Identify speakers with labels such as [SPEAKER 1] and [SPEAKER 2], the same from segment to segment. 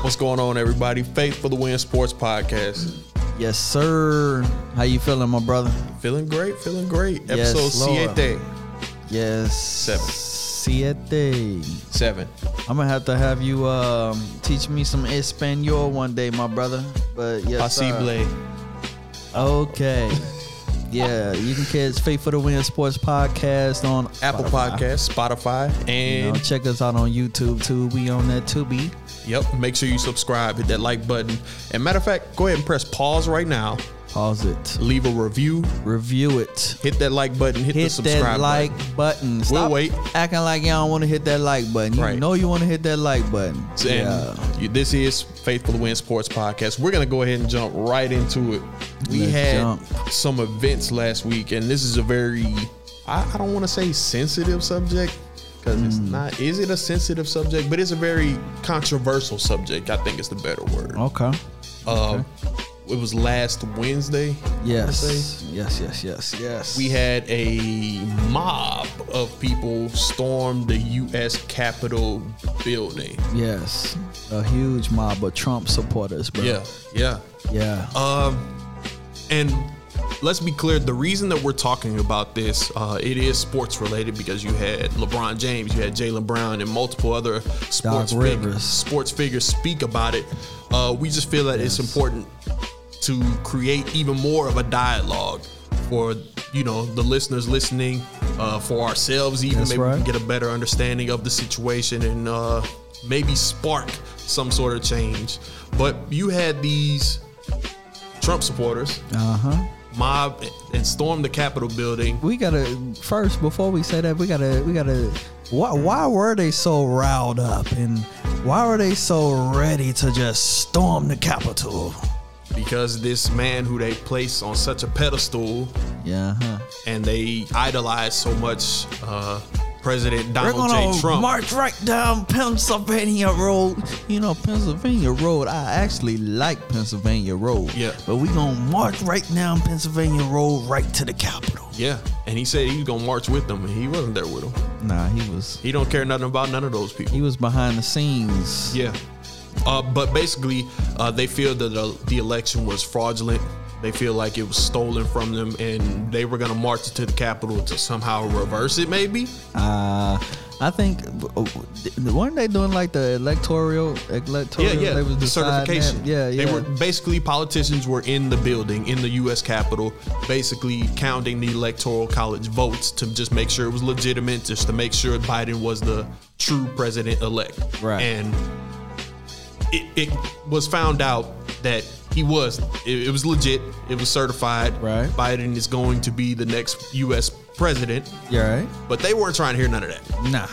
[SPEAKER 1] What's going on, everybody? Faith for the Win Sports Podcast.
[SPEAKER 2] Yes, sir. How you feeling, my brother?
[SPEAKER 1] Feeling great, feeling great.
[SPEAKER 2] Yes,
[SPEAKER 1] Episode
[SPEAKER 2] Lord.
[SPEAKER 1] siete.
[SPEAKER 2] Yes.
[SPEAKER 1] Seven.
[SPEAKER 2] Siete.
[SPEAKER 1] Seven.
[SPEAKER 2] I'm gonna have to have you um, teach me some Espanol one day, my brother. But yes, sir.
[SPEAKER 1] Possible.
[SPEAKER 2] Okay. yeah, you can catch Faith for the Win Sports Podcast on
[SPEAKER 1] Apple
[SPEAKER 2] Spotify.
[SPEAKER 1] Podcasts, Spotify,
[SPEAKER 2] You
[SPEAKER 1] and
[SPEAKER 2] know, check us out on YouTube too. We on that Tubi.
[SPEAKER 1] yep, make sure you subscribe, hit that like button. And matter of fact, go ahead and press pause right now.
[SPEAKER 2] Pause it.
[SPEAKER 1] Leave a review,
[SPEAKER 2] Review it.
[SPEAKER 1] hit that like button, hit, the
[SPEAKER 2] Hit
[SPEAKER 1] subscribe button.
[SPEAKER 2] that like button. Stop
[SPEAKER 1] wait.
[SPEAKER 2] acting like y'all don't want to hit that like button. You
[SPEAKER 1] Right.
[SPEAKER 2] know you want to hit that like button.
[SPEAKER 1] And you, this is Faithful to Win Sports Podcast. We're going to go ahead and jump right into it. We
[SPEAKER 2] Let's
[SPEAKER 1] had
[SPEAKER 2] jump.
[SPEAKER 1] some events last week, and this is a very, I, I don't want to say sensitive subject because it's
[SPEAKER 2] Hmm.
[SPEAKER 1] not, is it a sensitive subject? But it's a very controversial subject, I think is the better word.
[SPEAKER 2] Oh, Okay.
[SPEAKER 1] Uh, it was last Wednesday. I say.
[SPEAKER 2] Yes. Yes. Yes. Yes. Yes.
[SPEAKER 1] We had a mob of people storm the U.S. Capitol building.
[SPEAKER 2] yes a huge mob of Trump supporters, bro.
[SPEAKER 1] Yeah, Uh, yeah.
[SPEAKER 2] Yeah.
[SPEAKER 1] And let's be clear, the reason that we're talking about this, uh, it is sports related because you had LeBron James, you had Jalen Brown, and multiple other sports fig-
[SPEAKER 2] Rivers.
[SPEAKER 1] sports figures speak about it. Uh, we just feel that it's important to create even more of a dialogue for you know the listeners listening, uh, for ourselves even
[SPEAKER 2] That's
[SPEAKER 1] maybe we
[SPEAKER 2] right.
[SPEAKER 1] can get a better understanding of the situation and uh, maybe spark some sort of change. But you had these Trump supporters
[SPEAKER 2] Uh huh.
[SPEAKER 1] mob and storm the Capitol building.
[SPEAKER 2] We gotta first before we say that we gotta we gotta why why were they so riled up and why were they so ready to just storm the Capitol?
[SPEAKER 1] because this man who they place on such a pedestal
[SPEAKER 2] Yeah. Huh.
[SPEAKER 1] and they idolize so much uh, President
[SPEAKER 2] We're
[SPEAKER 1] Donald
[SPEAKER 2] gonna
[SPEAKER 1] J. Trump.
[SPEAKER 2] march right down Pennsylvania Road. You know, Pennsylvania Road. I actually like Pennsylvania Road.
[SPEAKER 1] Yeah.
[SPEAKER 2] But we gonna march right down Pennsylvania Road, right to the Capitol.
[SPEAKER 1] yeah, and he said he was gonna march with them, and he wasn't there with them.
[SPEAKER 2] Nah, he was
[SPEAKER 1] He don't care nothing about none of those people.
[SPEAKER 2] he was behind the scenes.
[SPEAKER 1] Yeah. Uh, but basically, uh, they feel that the, the election was fraudulent. They feel like it was stolen from them, and they were gonna march to the Capitol to somehow reverse it, maybe.
[SPEAKER 2] Uh, I think uh, weren't they doing like the electoral
[SPEAKER 1] Yeah,
[SPEAKER 2] electoral?
[SPEAKER 1] yeah,
[SPEAKER 2] They was
[SPEAKER 1] the
[SPEAKER 2] deciding that?
[SPEAKER 1] certification.
[SPEAKER 2] Yeah, yeah.
[SPEAKER 1] They were basically politicians were in the building in the U.S. Capitol, basically counting the electoral college votes to just make sure it was legitimate, just to make sure Biden was the true president elect.
[SPEAKER 2] Right.
[SPEAKER 1] And it, it was found out that he was. It, it was legit. It was certified.
[SPEAKER 2] Right.
[SPEAKER 1] Biden is going to be the next U.S. president,
[SPEAKER 2] You all right?
[SPEAKER 1] but they weren't trying to hear none of that
[SPEAKER 2] Nah.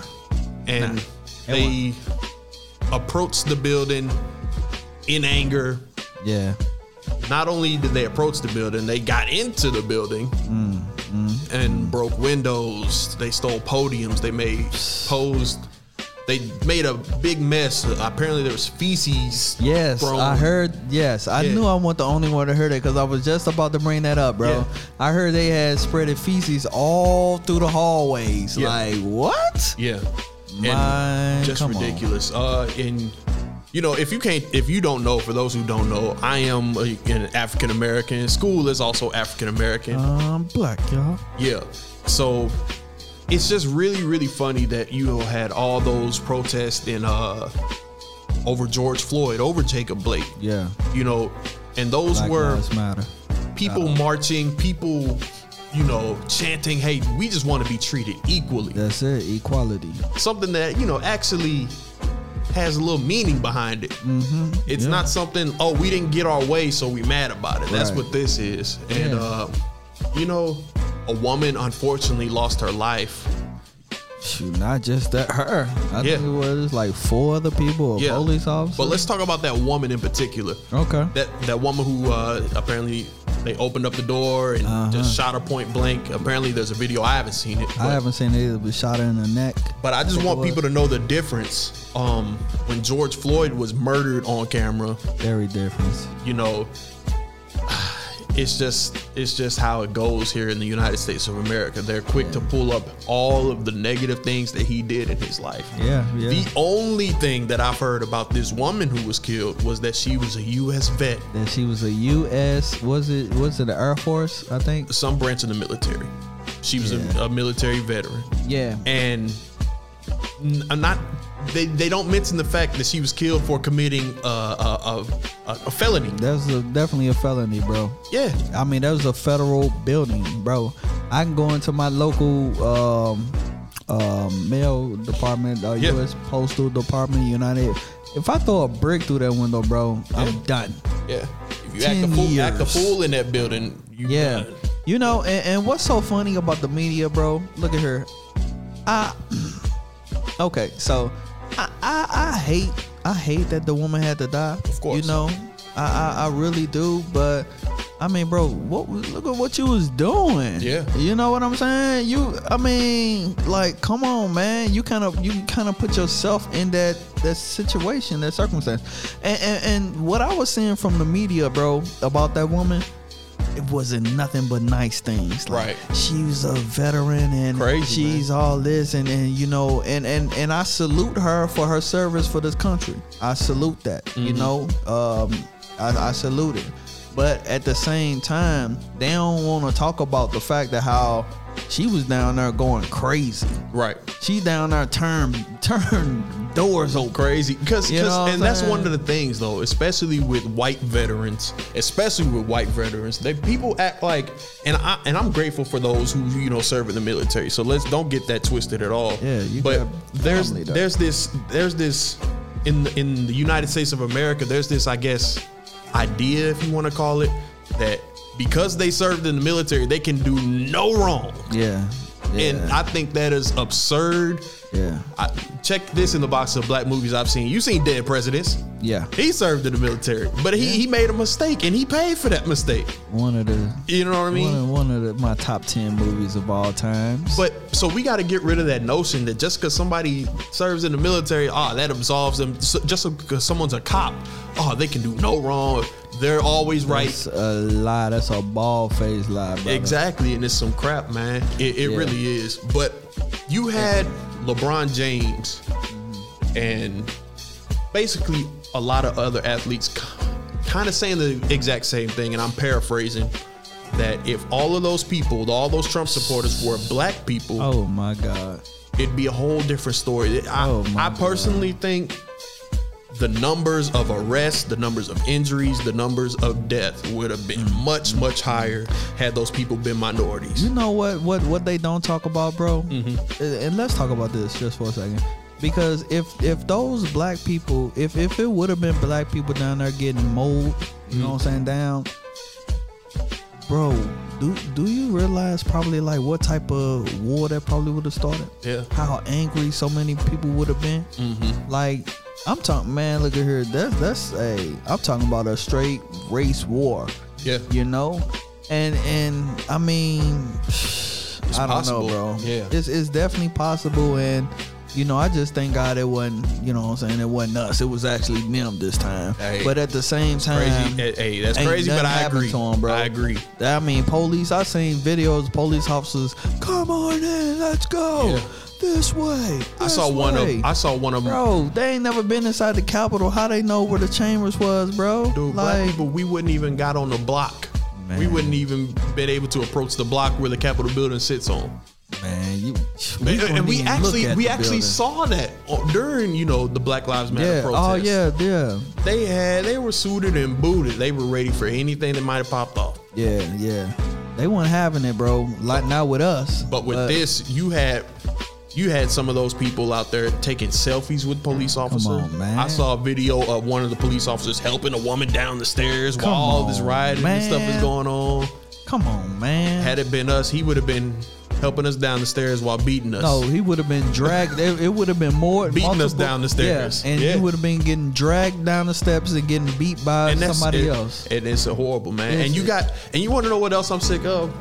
[SPEAKER 1] and
[SPEAKER 2] Nah,
[SPEAKER 1] they approached the building in anger.
[SPEAKER 2] Yeah.
[SPEAKER 1] Not only did they approach the building, they got into the building
[SPEAKER 2] Mm-hmm.
[SPEAKER 1] and broke windows. They stole podiums. They made posed. They made a big mess. Apparently, there was feces.
[SPEAKER 2] Yes,
[SPEAKER 1] thrown.
[SPEAKER 2] I heard. Yes, I
[SPEAKER 1] Yeah.
[SPEAKER 2] knew I wasn't the only one to hear that because I was just about to bring that up, bro.
[SPEAKER 1] Yeah.
[SPEAKER 2] I heard they had spreaded feces all through the hallways.
[SPEAKER 1] Yeah.
[SPEAKER 2] Like what?
[SPEAKER 1] Yeah,
[SPEAKER 2] Man,
[SPEAKER 1] and just
[SPEAKER 2] come on.
[SPEAKER 1] ridiculous. Uh, and you know, if you can't, if you don't know, for those who don't know, I am a, an African American. School is also African American.
[SPEAKER 2] Um, black y'all.
[SPEAKER 1] Yeah. So it's just really, really funny that you know, had all those protests in uh over George Floyd, over Jacob Blake.
[SPEAKER 2] Yeah.
[SPEAKER 1] You know, and those
[SPEAKER 2] Black
[SPEAKER 1] were
[SPEAKER 2] lives matter.
[SPEAKER 1] people marching, people, you know, chanting, hey, we just want to be treated equally.
[SPEAKER 2] That's it. Equality.
[SPEAKER 1] Something that, you know, actually has a little meaning behind it. Mm-hmm. It's
[SPEAKER 2] Yeah.
[SPEAKER 1] not something, oh, we didn't get our way, so we mad about it. That's
[SPEAKER 2] Right.
[SPEAKER 1] what this is. And
[SPEAKER 2] Yeah.
[SPEAKER 1] uh, you know, a woman unfortunately lost her life
[SPEAKER 2] Shoot, not just that. Her. I
[SPEAKER 1] Yeah.
[SPEAKER 2] think it was like four other people, a police officer.
[SPEAKER 1] But let's talk about that woman in particular.
[SPEAKER 2] Okay.
[SPEAKER 1] That that woman who uh, apparently they opened up the door and just shot her point blank. Apparently, there's a video. I haven't seen it. But,
[SPEAKER 2] Uh-huh. I haven't seen it either, but shot her in the neck.
[SPEAKER 1] But I just
[SPEAKER 2] think it
[SPEAKER 1] want
[SPEAKER 2] was.
[SPEAKER 1] people to know the difference. Um, when George Floyd was murdered on camera,
[SPEAKER 2] Very different.
[SPEAKER 1] you know, it's just it's just how it goes here in the United States of America. They're quick to pull up all of the negative things that he did in his life.
[SPEAKER 2] Yeah, yeah.
[SPEAKER 1] The only thing that I've heard about this woman who was killed was that she was a U.S. vet,
[SPEAKER 2] And she was a U.S. Was it was it the Air Force? I think.
[SPEAKER 1] some branch of the military. She was
[SPEAKER 2] Yeah.
[SPEAKER 1] a, a military veteran,
[SPEAKER 2] Yeah.
[SPEAKER 1] and n- I'm not. They, they don't mention the fact that she was killed for committing a, a, a, a felony.
[SPEAKER 2] That was a, definitely a felony, bro.
[SPEAKER 1] Yeah,
[SPEAKER 2] I mean, that was a federal building, bro. I can go into my local um, um, mail department, uh,
[SPEAKER 1] Yeah.
[SPEAKER 2] U.S. Postal Department, United. If I throw a brick through that window, bro, I'm
[SPEAKER 1] Yeah.
[SPEAKER 2] done.
[SPEAKER 1] yeah. If you act a
[SPEAKER 2] 10
[SPEAKER 1] fool, act a
[SPEAKER 2] years.
[SPEAKER 1] fool in that building. You
[SPEAKER 2] Yeah.
[SPEAKER 1] done.
[SPEAKER 2] You know, and, and what's so funny about the media, bro? Look at her. I okay, so I, I I hate I hate that the woman had to die.
[SPEAKER 1] Of course.
[SPEAKER 2] you know, I I, I really do. But I mean, bro, what was- look at what you was doing.
[SPEAKER 1] Yeah.
[SPEAKER 2] you know what I'm saying. You, I mean, like, come on, man. You kind of you kind of put yourself in that that situation, that circumstance, and, and and what I was seeing from the media, bro, about that woman. It wasn't nothing but nice things. Like,
[SPEAKER 1] Right.
[SPEAKER 2] She's a veteran and
[SPEAKER 1] Crazy, man.
[SPEAKER 2] she's she's all this and, and you know and, and and I salute her for her service for this country. I salute that. You know, um, I, I salute it. But at the same time, they don't want to talk about the fact that how she was down there going crazy.
[SPEAKER 1] Right.
[SPEAKER 2] She down there turn turn doors
[SPEAKER 1] So
[SPEAKER 2] open.
[SPEAKER 1] crazy because
[SPEAKER 2] You know what I'm
[SPEAKER 1] and that's
[SPEAKER 2] saying?
[SPEAKER 1] one of the things though, especially with white veterans, especially with white veterans, they people act like and I and I'm grateful for those who you know serve in the military. So let's don't get that twisted at all.
[SPEAKER 2] Yeah, you
[SPEAKER 1] but
[SPEAKER 2] got
[SPEAKER 1] there's
[SPEAKER 2] family, though.
[SPEAKER 1] there's this there's this in the, in the United States of America, there's this I guess idea if you want to call it that because they served in the military, they can do no wrong.
[SPEAKER 2] Yeah. Yeah.
[SPEAKER 1] And I think that is absurd.
[SPEAKER 2] yeah.
[SPEAKER 1] I, check this in the box of black movies I've seen. You seen Dead Presidents?
[SPEAKER 2] Yeah.
[SPEAKER 1] He served in the military, but he, he made a mistake and he paid for that mistake.
[SPEAKER 2] One of the
[SPEAKER 1] You know what I mean?
[SPEAKER 2] one, of- one of the, my top ten movies of all time.
[SPEAKER 1] But so we got to get rid of that notion that just because somebody serves in the military, ah, that absolves them. So just because someone's a cop, oh, they can do no wrong. They're always right.
[SPEAKER 2] That's a lie. That's a bald faced lie, brother.
[SPEAKER 1] Exactly, and it's some crap, man. It, it
[SPEAKER 2] Uh-huh. Yeah.
[SPEAKER 1] really is. But you had LeBron James and basically a lot of other athletes kind of saying the exact same thing, and I'm paraphrasing that if all of those people, all those Trump supporters were black people,
[SPEAKER 2] Oh my God.
[SPEAKER 1] it'd be a whole different story. I,
[SPEAKER 2] Oh, my
[SPEAKER 1] I personally think the numbers of arrests, the numbers of injuries, the numbers of death would have been much, much higher had those people been minorities.
[SPEAKER 2] You know what? What? What they don't talk about, bro. And- And let's talk about this just for a second, because if if those black people, if if it would have been black people down there getting mold, you know what I'm saying, down, bro. Do do you realize probably like what type of war that probably would have started?
[SPEAKER 1] Yeah.
[SPEAKER 2] How angry so many people would have been. Mm-hmm. Like I'm talking, man. Look at here. That's that's a. I'm talking about a straight race war
[SPEAKER 1] Yeah.
[SPEAKER 2] you know and and i mean i don't
[SPEAKER 1] possible.
[SPEAKER 2] know bro
[SPEAKER 1] Yeah.
[SPEAKER 2] it's, it's definitely possible and you know i just thank god it wasn't you know what i'm saying it wasn't us it was actually them this time
[SPEAKER 1] Hey.
[SPEAKER 2] but at the same time
[SPEAKER 1] Crazy. Hey, hey, that's
[SPEAKER 2] ain't
[SPEAKER 1] crazy, but
[SPEAKER 2] nothing
[SPEAKER 1] I
[SPEAKER 2] happened
[SPEAKER 1] agree.
[SPEAKER 2] to 'em, bro.
[SPEAKER 1] I agree.
[SPEAKER 2] I mean, police. I seen videos. Police officers, come on in, let's go
[SPEAKER 1] Yeah.
[SPEAKER 2] this way.
[SPEAKER 1] I saw
[SPEAKER 2] this
[SPEAKER 1] one
[SPEAKER 2] way."
[SPEAKER 1] of I saw one of them.
[SPEAKER 2] bro. They ain't never been inside the Capitol. How they know where the chambers was, bro?
[SPEAKER 1] Dude, black people, we wouldn't even got on the block. We
[SPEAKER 2] Man.
[SPEAKER 1] wouldn't even been able to approach the block where the Capitol building sits on.
[SPEAKER 2] man, you.
[SPEAKER 1] And-
[SPEAKER 2] couldn't
[SPEAKER 1] and we
[SPEAKER 2] even look
[SPEAKER 1] actually
[SPEAKER 2] at
[SPEAKER 1] we
[SPEAKER 2] the
[SPEAKER 1] actually
[SPEAKER 2] building.
[SPEAKER 1] saw that during you know the Black Lives Matter
[SPEAKER 2] Yeah.
[SPEAKER 1] protests.
[SPEAKER 2] Oh yeah. Yeah.
[SPEAKER 1] They had they were suited and booted. They were ready for anything that might have popped off.
[SPEAKER 2] Yeah. Yeah. They weren't having it, bro. Like not with us.
[SPEAKER 1] But with this, you had you had some of those people out there taking selfies with police officers.
[SPEAKER 2] on, man.
[SPEAKER 1] I saw a video of one of the police officers helping a woman down the stairs while
[SPEAKER 2] Come
[SPEAKER 1] all this
[SPEAKER 2] on,
[SPEAKER 1] rioting and stuff is
[SPEAKER 2] man.
[SPEAKER 1] going on.
[SPEAKER 2] come on, man.
[SPEAKER 1] Had it been us, he would have been helping us down the stairs while beating us.
[SPEAKER 2] no, he would have been dragged. It, it would have been more
[SPEAKER 1] Beating us
[SPEAKER 2] multiple-
[SPEAKER 1] down the stairs.
[SPEAKER 2] Yeah, and
[SPEAKER 1] Yeah.
[SPEAKER 2] you would have been getting dragged down the steps and getting beat by Uh, somebody
[SPEAKER 1] it-
[SPEAKER 2] else.
[SPEAKER 1] And it's horrible, man.
[SPEAKER 2] It's-
[SPEAKER 1] and you got and you want to know what else I'm sick of?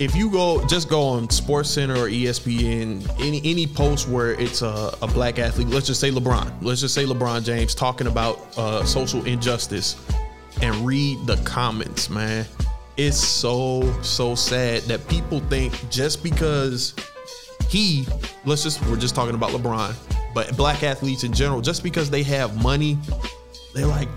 [SPEAKER 1] If you go just go on Sports Center or E ESPN, any any post where it's a, a black athlete, let's just say LeBron, let's just say LeBron James talking about uh, social injustice, and read the comments, man. it's so so sad that people think just because he let's just we're just talking about LeBron, but black athletes in general, just because they have money, they're like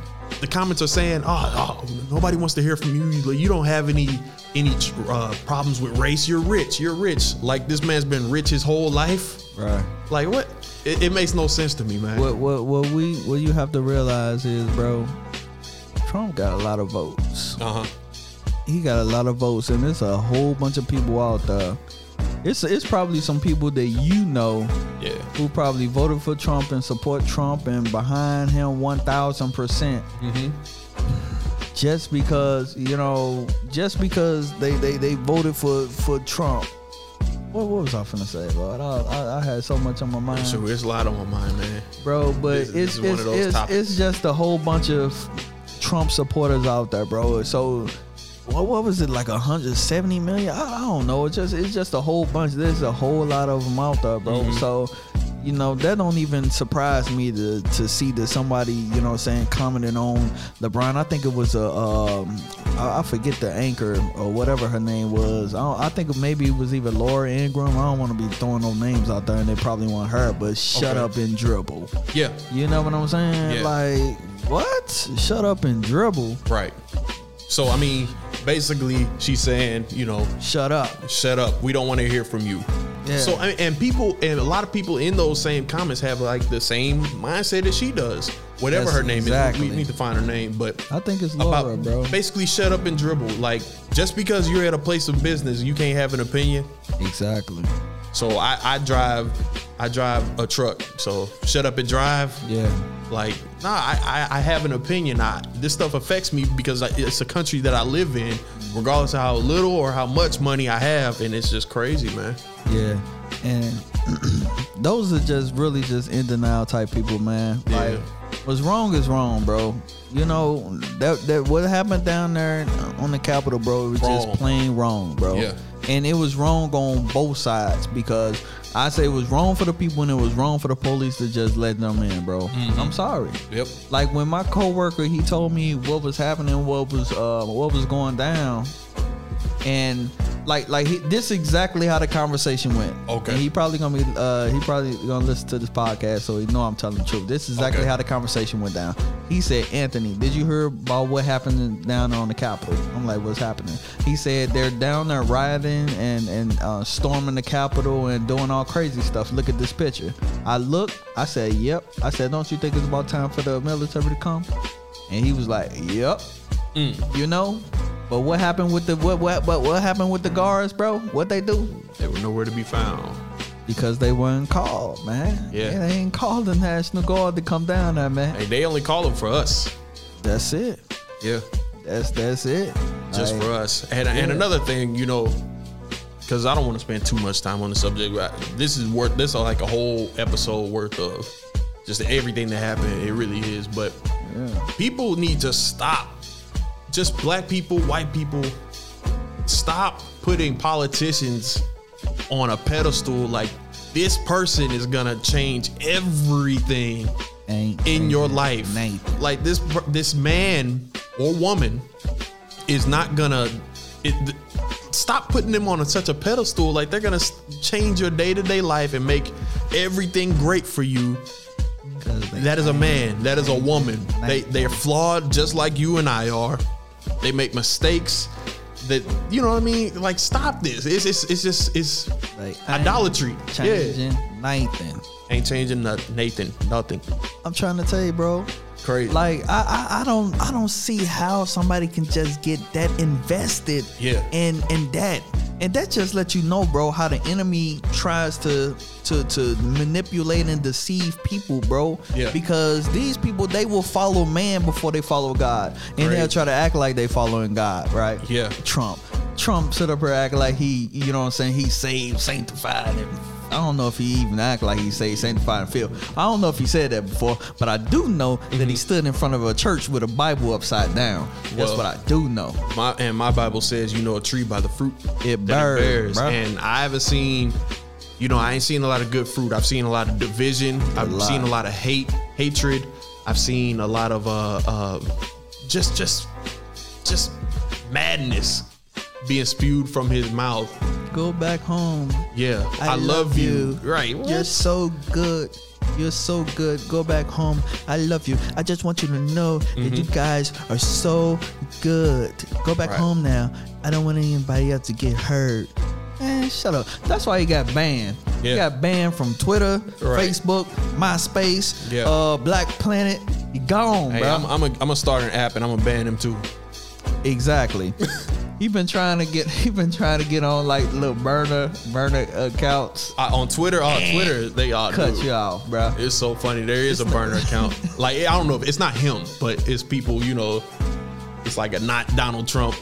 [SPEAKER 1] the comments are saying, oh, oh, nobody wants to hear from you. Like, You don't have any any uh, problems with race. You're rich. You're rich. Like this man's been rich his whole life.
[SPEAKER 2] Right.
[SPEAKER 1] Like what? It, it makes no sense to me, man.
[SPEAKER 2] What what what we what you have to realize is, bro, Trump got a lot of votes.
[SPEAKER 1] Uh huh.
[SPEAKER 2] He got a lot of votes, and there's a whole bunch of people out there. It's it's probably some people that you know
[SPEAKER 1] Yeah.
[SPEAKER 2] who probably voted for Trump and support Trump and behind him 1000%. percent
[SPEAKER 1] Mm-hmm.
[SPEAKER 2] Just because, you know, just because they they, they voted for for Trump. What, what was I finna say, Lord? I, I, I had so much on my mind,
[SPEAKER 1] So it's a lot on my mind, man.
[SPEAKER 2] bro. But
[SPEAKER 1] This- this
[SPEAKER 2] it's it's
[SPEAKER 1] is one
[SPEAKER 2] it's,
[SPEAKER 1] of those
[SPEAKER 2] it's,
[SPEAKER 1] topics.
[SPEAKER 2] just a whole bunch of Trump supporters out there, bro. So what what was it like 170 million? I, I don't know. It's just it's just a whole bunch. There's a whole lot of them out there, bro. So you know that don't even surprise me to to see that somebody you know what I'm saying commenting on LeBron. I think it was a um, I, I forget the anchor or whatever her name was. I, don't, I think maybe it was even Laura Ingram. I don't want to be throwing no names out there, and they probably want her. But shut
[SPEAKER 1] Okay.
[SPEAKER 2] up and dribble.
[SPEAKER 1] Yeah.
[SPEAKER 2] You know what I'm saying?
[SPEAKER 1] Yeah.
[SPEAKER 2] Like what? Shut up and dribble.
[SPEAKER 1] Right. So I mean, basically, she's saying, you know,
[SPEAKER 2] Shut up.
[SPEAKER 1] shut up. We don't want to hear from you.
[SPEAKER 2] Yeah.
[SPEAKER 1] So I- and people and a lot of people in those same comments have like the same mindset that she does. Whatever
[SPEAKER 2] Yes,
[SPEAKER 1] her name
[SPEAKER 2] exactly.
[SPEAKER 1] is, we- we need to find her name. But
[SPEAKER 2] I think it's
[SPEAKER 1] about
[SPEAKER 2] Laura, bro.
[SPEAKER 1] basically, shut up and dribble. Like just because you're at a place of business, you can't have an opinion.
[SPEAKER 2] Exactly.
[SPEAKER 1] So I, I drive, I drive a truck. So shut up and drive.
[SPEAKER 2] Yeah.
[SPEAKER 1] Like, nah, I, I, I have an opinion. I, this stuff affects me because I, it's a country that I live in, regardless of how little or how much money I have. And it's just crazy, man.
[SPEAKER 2] Yeah, and those are just really just in denial type people, man.
[SPEAKER 1] Yeah.
[SPEAKER 2] Like, what's wrong is wrong, bro. You know that that what happened down there on the Capitol, bro, it was
[SPEAKER 1] Wrong.
[SPEAKER 2] just plain wrong, bro.
[SPEAKER 1] Yeah.
[SPEAKER 2] And it was wrong on both sides because I say it was wrong for the people and it was wrong for the police to just let them in, bro.
[SPEAKER 1] Mm-hmm.
[SPEAKER 2] I'm sorry.
[SPEAKER 1] Yep.
[SPEAKER 2] Like when my coworker, he told me what was happening, what was uh, what was going down, and like like he, this exactly how the conversation went.
[SPEAKER 1] Okay.
[SPEAKER 2] And he probably gonna be uh, he probably gonna listen to this podcast, so he know I'm telling the truth. This is exactly
[SPEAKER 1] Okay.
[SPEAKER 2] how the conversation went down. He said, "Anthony, did you hear about what happened down on the Capitol?" I'm like, "What's happening?" He said they're down there rioting and and uh, storming the Capitol and doing all crazy stuff. Look at this picture. I look. I said, "Yep." I said, "Don't you think it's about time for the military to come?" And he was like, "Yep." You know. But what happened with the what what what, what happened with the guards, bro? What they do?
[SPEAKER 1] They were nowhere to be found.
[SPEAKER 2] Because they weren't called, man.
[SPEAKER 1] Yeah.
[SPEAKER 2] They ain't called the National Guard to come down there, man.
[SPEAKER 1] Hey, they only call them for us.
[SPEAKER 2] That's it.
[SPEAKER 1] Yeah.
[SPEAKER 2] That's that's it.
[SPEAKER 1] Just
[SPEAKER 2] Like,
[SPEAKER 1] for us. And, and
[SPEAKER 2] Yeah.
[SPEAKER 1] another thing, you know, because I don't want to spend too much time on the subject. But this is worth, this is like a whole episode worth of just everything that happened. It really is. But
[SPEAKER 2] Yeah.
[SPEAKER 1] people need to stop just black people white people stop putting politicians on a pedestal like this person is gonna change everything
[SPEAKER 2] Ain't
[SPEAKER 1] in your
[SPEAKER 2] ain't
[SPEAKER 1] life
[SPEAKER 2] Nate.
[SPEAKER 1] like this per- this man or woman is not gonna it, th- stop putting them on a, such a pedestal like they're gonna s- change your day-to-day life and make everything great for you
[SPEAKER 2] 'Cause they-
[SPEAKER 1] that is a man. That is a woman. They they're flawed just like you and I are. They make mistakes. That you know what I mean? Like stop this. It's it's, it's just it's
[SPEAKER 2] Like, I ain't
[SPEAKER 1] idolatry. Yeah.
[SPEAKER 2] changing Nathan.
[SPEAKER 1] Ain't changing nothing. Nathan. Nothing.
[SPEAKER 2] I'm trying to tell you, bro.
[SPEAKER 1] Crazy.
[SPEAKER 2] Like I, I, I don't I don't see how somebody can just get that invested
[SPEAKER 1] Yeah.
[SPEAKER 2] in in that. And that just lets you know, bro, how the enemy tries to to to manipulate and deceive people, bro.
[SPEAKER 1] Yeah.
[SPEAKER 2] Because these people they will follow man before they follow God. And they'll
[SPEAKER 1] Crazy.
[SPEAKER 2] try to act like they following God, right?
[SPEAKER 1] Yeah.
[SPEAKER 2] Trump. Trump sit up here act like he, you know what I'm saying, he saved, sanctified, and I don't know if he even act like he saved, sanctified, and filled. I don't know if he said that before, but I do know that he stood in front of a church with a Bible upside down. That's
[SPEAKER 1] Well-
[SPEAKER 2] what I do know.
[SPEAKER 1] My and my Bible says you know a tree by the fruit
[SPEAKER 2] It
[SPEAKER 1] that
[SPEAKER 2] bears, bruh.
[SPEAKER 1] And I haven't seen, you know, I ain't seen a lot of good fruit. I've seen a lot of division. i I've
[SPEAKER 2] lot.
[SPEAKER 1] seen a lot of hate, hatred. I've seen a lot of uh, uh just just just madness. being spewed from his mouth.
[SPEAKER 2] Go back home.
[SPEAKER 1] Yeah, I, love, you. Right.
[SPEAKER 2] You're
[SPEAKER 1] What?
[SPEAKER 2] so good. You're so good. Go back home. I love you. I just want you to know that you guys are so good. Go back
[SPEAKER 1] Mm-hmm. Right.
[SPEAKER 2] home now. I don't want anybody else to get hurt. Man, shut up. That's why he got banned. He
[SPEAKER 1] Yeah.
[SPEAKER 2] got banned from Twitter,
[SPEAKER 1] Right.
[SPEAKER 2] Facebook, MySpace,
[SPEAKER 1] Yeah.
[SPEAKER 2] uh, Black Planet. He gone,
[SPEAKER 1] Hey,
[SPEAKER 2] bro.
[SPEAKER 1] I'm I'm a, I'm gonna start an app and I'm gonna ban him too.
[SPEAKER 2] Exactly. he been trying to get. He been trying to get on like little burner burner accounts.
[SPEAKER 1] I, on Twitter, on Twitter, they all
[SPEAKER 2] Cut
[SPEAKER 1] do.
[SPEAKER 2] you off, bro.
[SPEAKER 1] It's so funny. There is a burner account. Like I don't know if it's not him, but it's people. You know, it's like a not Donald Trump.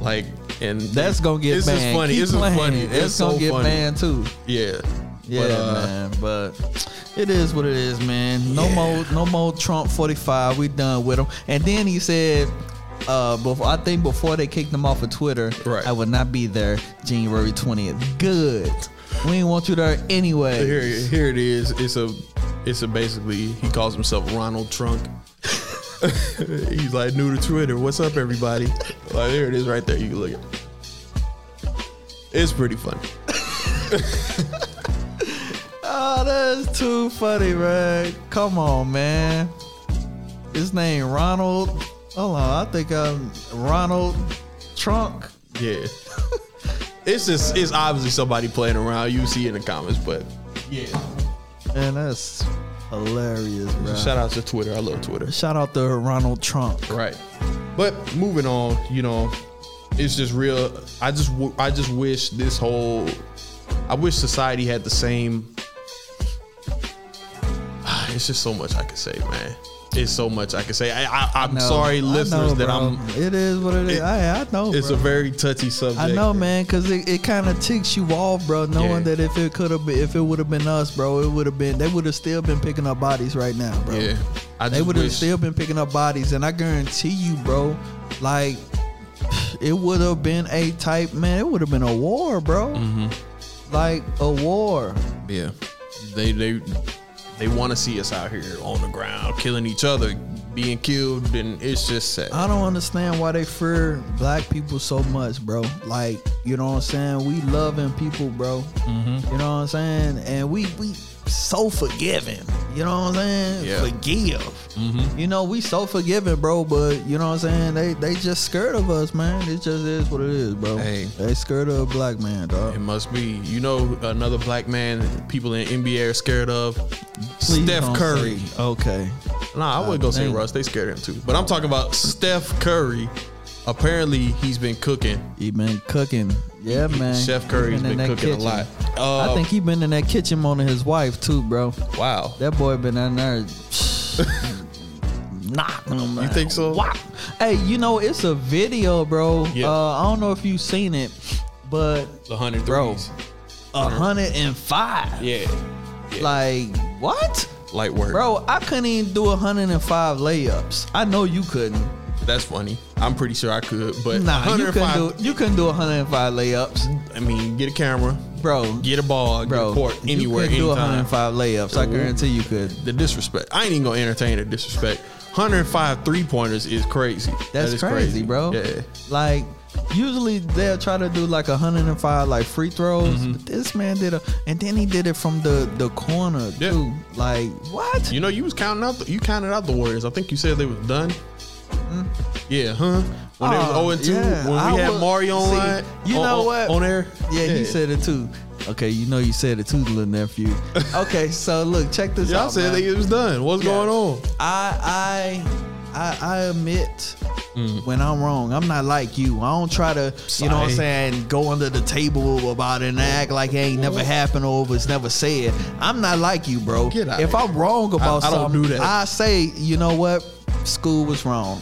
[SPEAKER 1] Like and
[SPEAKER 2] That's gonna get
[SPEAKER 1] This
[SPEAKER 2] banned.
[SPEAKER 1] is funny.
[SPEAKER 2] Keep
[SPEAKER 1] this
[SPEAKER 2] playing.
[SPEAKER 1] is funny.
[SPEAKER 2] It's,
[SPEAKER 1] It's,
[SPEAKER 2] gonna
[SPEAKER 1] so
[SPEAKER 2] get
[SPEAKER 1] funny.
[SPEAKER 2] banned too.
[SPEAKER 1] Yeah.
[SPEAKER 2] Yeah,
[SPEAKER 1] But, uh,
[SPEAKER 2] man. But it is what it is, man. No more, no more Trump forty five. We done with him. And then he said, uh, before I think before they kicked him off of Twitter,
[SPEAKER 1] Right.
[SPEAKER 2] I will not be there January twentieth. Good. We didn't want you there anyway.
[SPEAKER 1] Here, here it is. It's a, it's a basically. He calls himself Ronald Trunk. He's like new to Twitter. What's up, everybody? Like there it is, right there. You can look at. it. It's pretty funny.
[SPEAKER 2] Oh, that's too funny, man. Come on, man. His name Ronald. Hold on, I think I'm Ronald Trunk.
[SPEAKER 1] Yeah. it's just it's obviously somebody playing around. You see in the comments, but yeah.
[SPEAKER 2] Man, that's hilarious, bro.
[SPEAKER 1] Shout out to Twitter. I love Twitter.
[SPEAKER 2] Shout out to Ronald Trump.
[SPEAKER 1] Right. But moving on, you know, it's just real. I just w- I just wish this whole I wish society had the same. It's just so much I could say, man. It's so much I could say. I, I, I'm
[SPEAKER 2] No, I
[SPEAKER 1] sorry,
[SPEAKER 2] know,
[SPEAKER 1] listeners, that
[SPEAKER 2] bro.
[SPEAKER 1] I'm.
[SPEAKER 2] It is what it is.
[SPEAKER 1] It-
[SPEAKER 2] I, I know.
[SPEAKER 1] It's
[SPEAKER 2] bro.
[SPEAKER 1] a very touchy subject.
[SPEAKER 2] I know, man, because it, it kind of ticks you off, bro. Knowing
[SPEAKER 1] Yeah.
[SPEAKER 2] that if it could have been, if it would have been us, bro, it would have been. They would have still been picking up bodies right now, bro.
[SPEAKER 1] Yeah. I
[SPEAKER 2] They
[SPEAKER 1] just
[SPEAKER 2] would have
[SPEAKER 1] wish-
[SPEAKER 2] still been picking up bodies, and I guarantee you, bro, like it would have been a type man. It would have been a war, bro.
[SPEAKER 1] Mm-hmm.
[SPEAKER 2] Like a war.
[SPEAKER 1] Yeah, they they they want to see us out here on the ground, killing each other, being killed, and it's just sad.
[SPEAKER 2] I don't understand why they fear black people so much, bro. Like, you know what I'm saying? We loving people, bro.
[SPEAKER 1] Mm-hmm.
[SPEAKER 2] You know what I'm saying? And we we so forgiving. You know what I'm saying?
[SPEAKER 1] Yeah. Mm-hmm.
[SPEAKER 2] Forgive. You know, we so forgiving, bro, but you know what I'm saying? They they just scared of us, man. It just is what it is, bro.
[SPEAKER 1] Hey.
[SPEAKER 2] They scared of a black man, dog.
[SPEAKER 1] It must be, you know, another black man people in NBA are scared of.
[SPEAKER 2] Please
[SPEAKER 1] Steph
[SPEAKER 2] don't
[SPEAKER 1] Curry.
[SPEAKER 2] say- Okay.
[SPEAKER 1] Nah, I wouldn't go say
[SPEAKER 2] dang.
[SPEAKER 1] Russ. They scared him too. But I'm talking about Steph Curry. Apparently, he's been cooking.
[SPEAKER 2] He been cooking. Yeah, man.
[SPEAKER 1] Chef Curry's
[SPEAKER 2] He
[SPEAKER 1] been,
[SPEAKER 2] in that
[SPEAKER 1] cooking a
[SPEAKER 2] kitchen.
[SPEAKER 1] lot. Uh,
[SPEAKER 2] I think he been in that kitchen more than his wife too, bro.
[SPEAKER 1] Wow.
[SPEAKER 2] That boy been in there. knocking him
[SPEAKER 1] You
[SPEAKER 2] out.
[SPEAKER 1] think so?
[SPEAKER 2] Wop. Hey, you know it's a video, bro.
[SPEAKER 1] Yeah.
[SPEAKER 2] Uh, I don't know if you seen it, but
[SPEAKER 1] The hundred
[SPEAKER 2] Bro.
[SPEAKER 1] threes.
[SPEAKER 2] hundred and five.
[SPEAKER 1] Yeah. yeah.
[SPEAKER 2] Like what,
[SPEAKER 1] Light work.
[SPEAKER 2] bro? I couldn't even do hundred and five layups. I know you couldn't.
[SPEAKER 1] That's funny. I'm pretty sure I could, but
[SPEAKER 2] Nah, you
[SPEAKER 1] 105
[SPEAKER 2] couldn't do. You couldn't do hundred and five layups,
[SPEAKER 1] I mean, get a camera,
[SPEAKER 2] bro.
[SPEAKER 1] get a ball, get
[SPEAKER 2] bro,
[SPEAKER 1] a court, anywhere,
[SPEAKER 2] you couldn't do
[SPEAKER 1] anytime.
[SPEAKER 2] 105 layups. I guarantee you could.
[SPEAKER 1] The disrespect. I ain't even gonna entertain the disrespect. 105 three pointers is crazy. That
[SPEAKER 2] That's
[SPEAKER 1] is
[SPEAKER 2] crazy, bro.
[SPEAKER 1] Yeah.
[SPEAKER 2] Like usually they'll try to do like 105 like free throws,
[SPEAKER 1] Mm-hmm.
[SPEAKER 2] but this man did a and then he did it from the the corner
[SPEAKER 1] Yeah.
[SPEAKER 2] too. Like what?
[SPEAKER 1] You know, you was counting out. The, you counted out the Warriors. I think you said they was done. Yeah, huh? When
[SPEAKER 2] Mm-hmm. Oh,
[SPEAKER 1] they was 0 and 2,
[SPEAKER 2] yeah.
[SPEAKER 1] when we
[SPEAKER 2] I
[SPEAKER 1] had
[SPEAKER 2] would-
[SPEAKER 1] Mario
[SPEAKER 2] see,
[SPEAKER 1] online,
[SPEAKER 2] you
[SPEAKER 1] on-
[SPEAKER 2] know
[SPEAKER 1] on-
[SPEAKER 2] what?
[SPEAKER 1] on air.
[SPEAKER 2] Yeah, he said it too. Okay, you know you said it too, little nephew. okay, so look, check this
[SPEAKER 1] Y'all
[SPEAKER 2] out.
[SPEAKER 1] said
[SPEAKER 2] man.
[SPEAKER 1] they was done. What's
[SPEAKER 2] Yeah.
[SPEAKER 1] going on?
[SPEAKER 2] I I I, I admit when I'm wrong. I'm not like you. I don't try to, you know what I'm
[SPEAKER 1] Sorry.
[SPEAKER 2] saying, go under the table about it and act like it ain't never happened or it was never said. I'm not like you, bro.
[SPEAKER 1] Get out
[SPEAKER 2] if
[SPEAKER 1] of
[SPEAKER 2] I'm wrong about
[SPEAKER 1] I- I don't
[SPEAKER 2] something,
[SPEAKER 1] do that.
[SPEAKER 2] I say, you know what? School was wrong.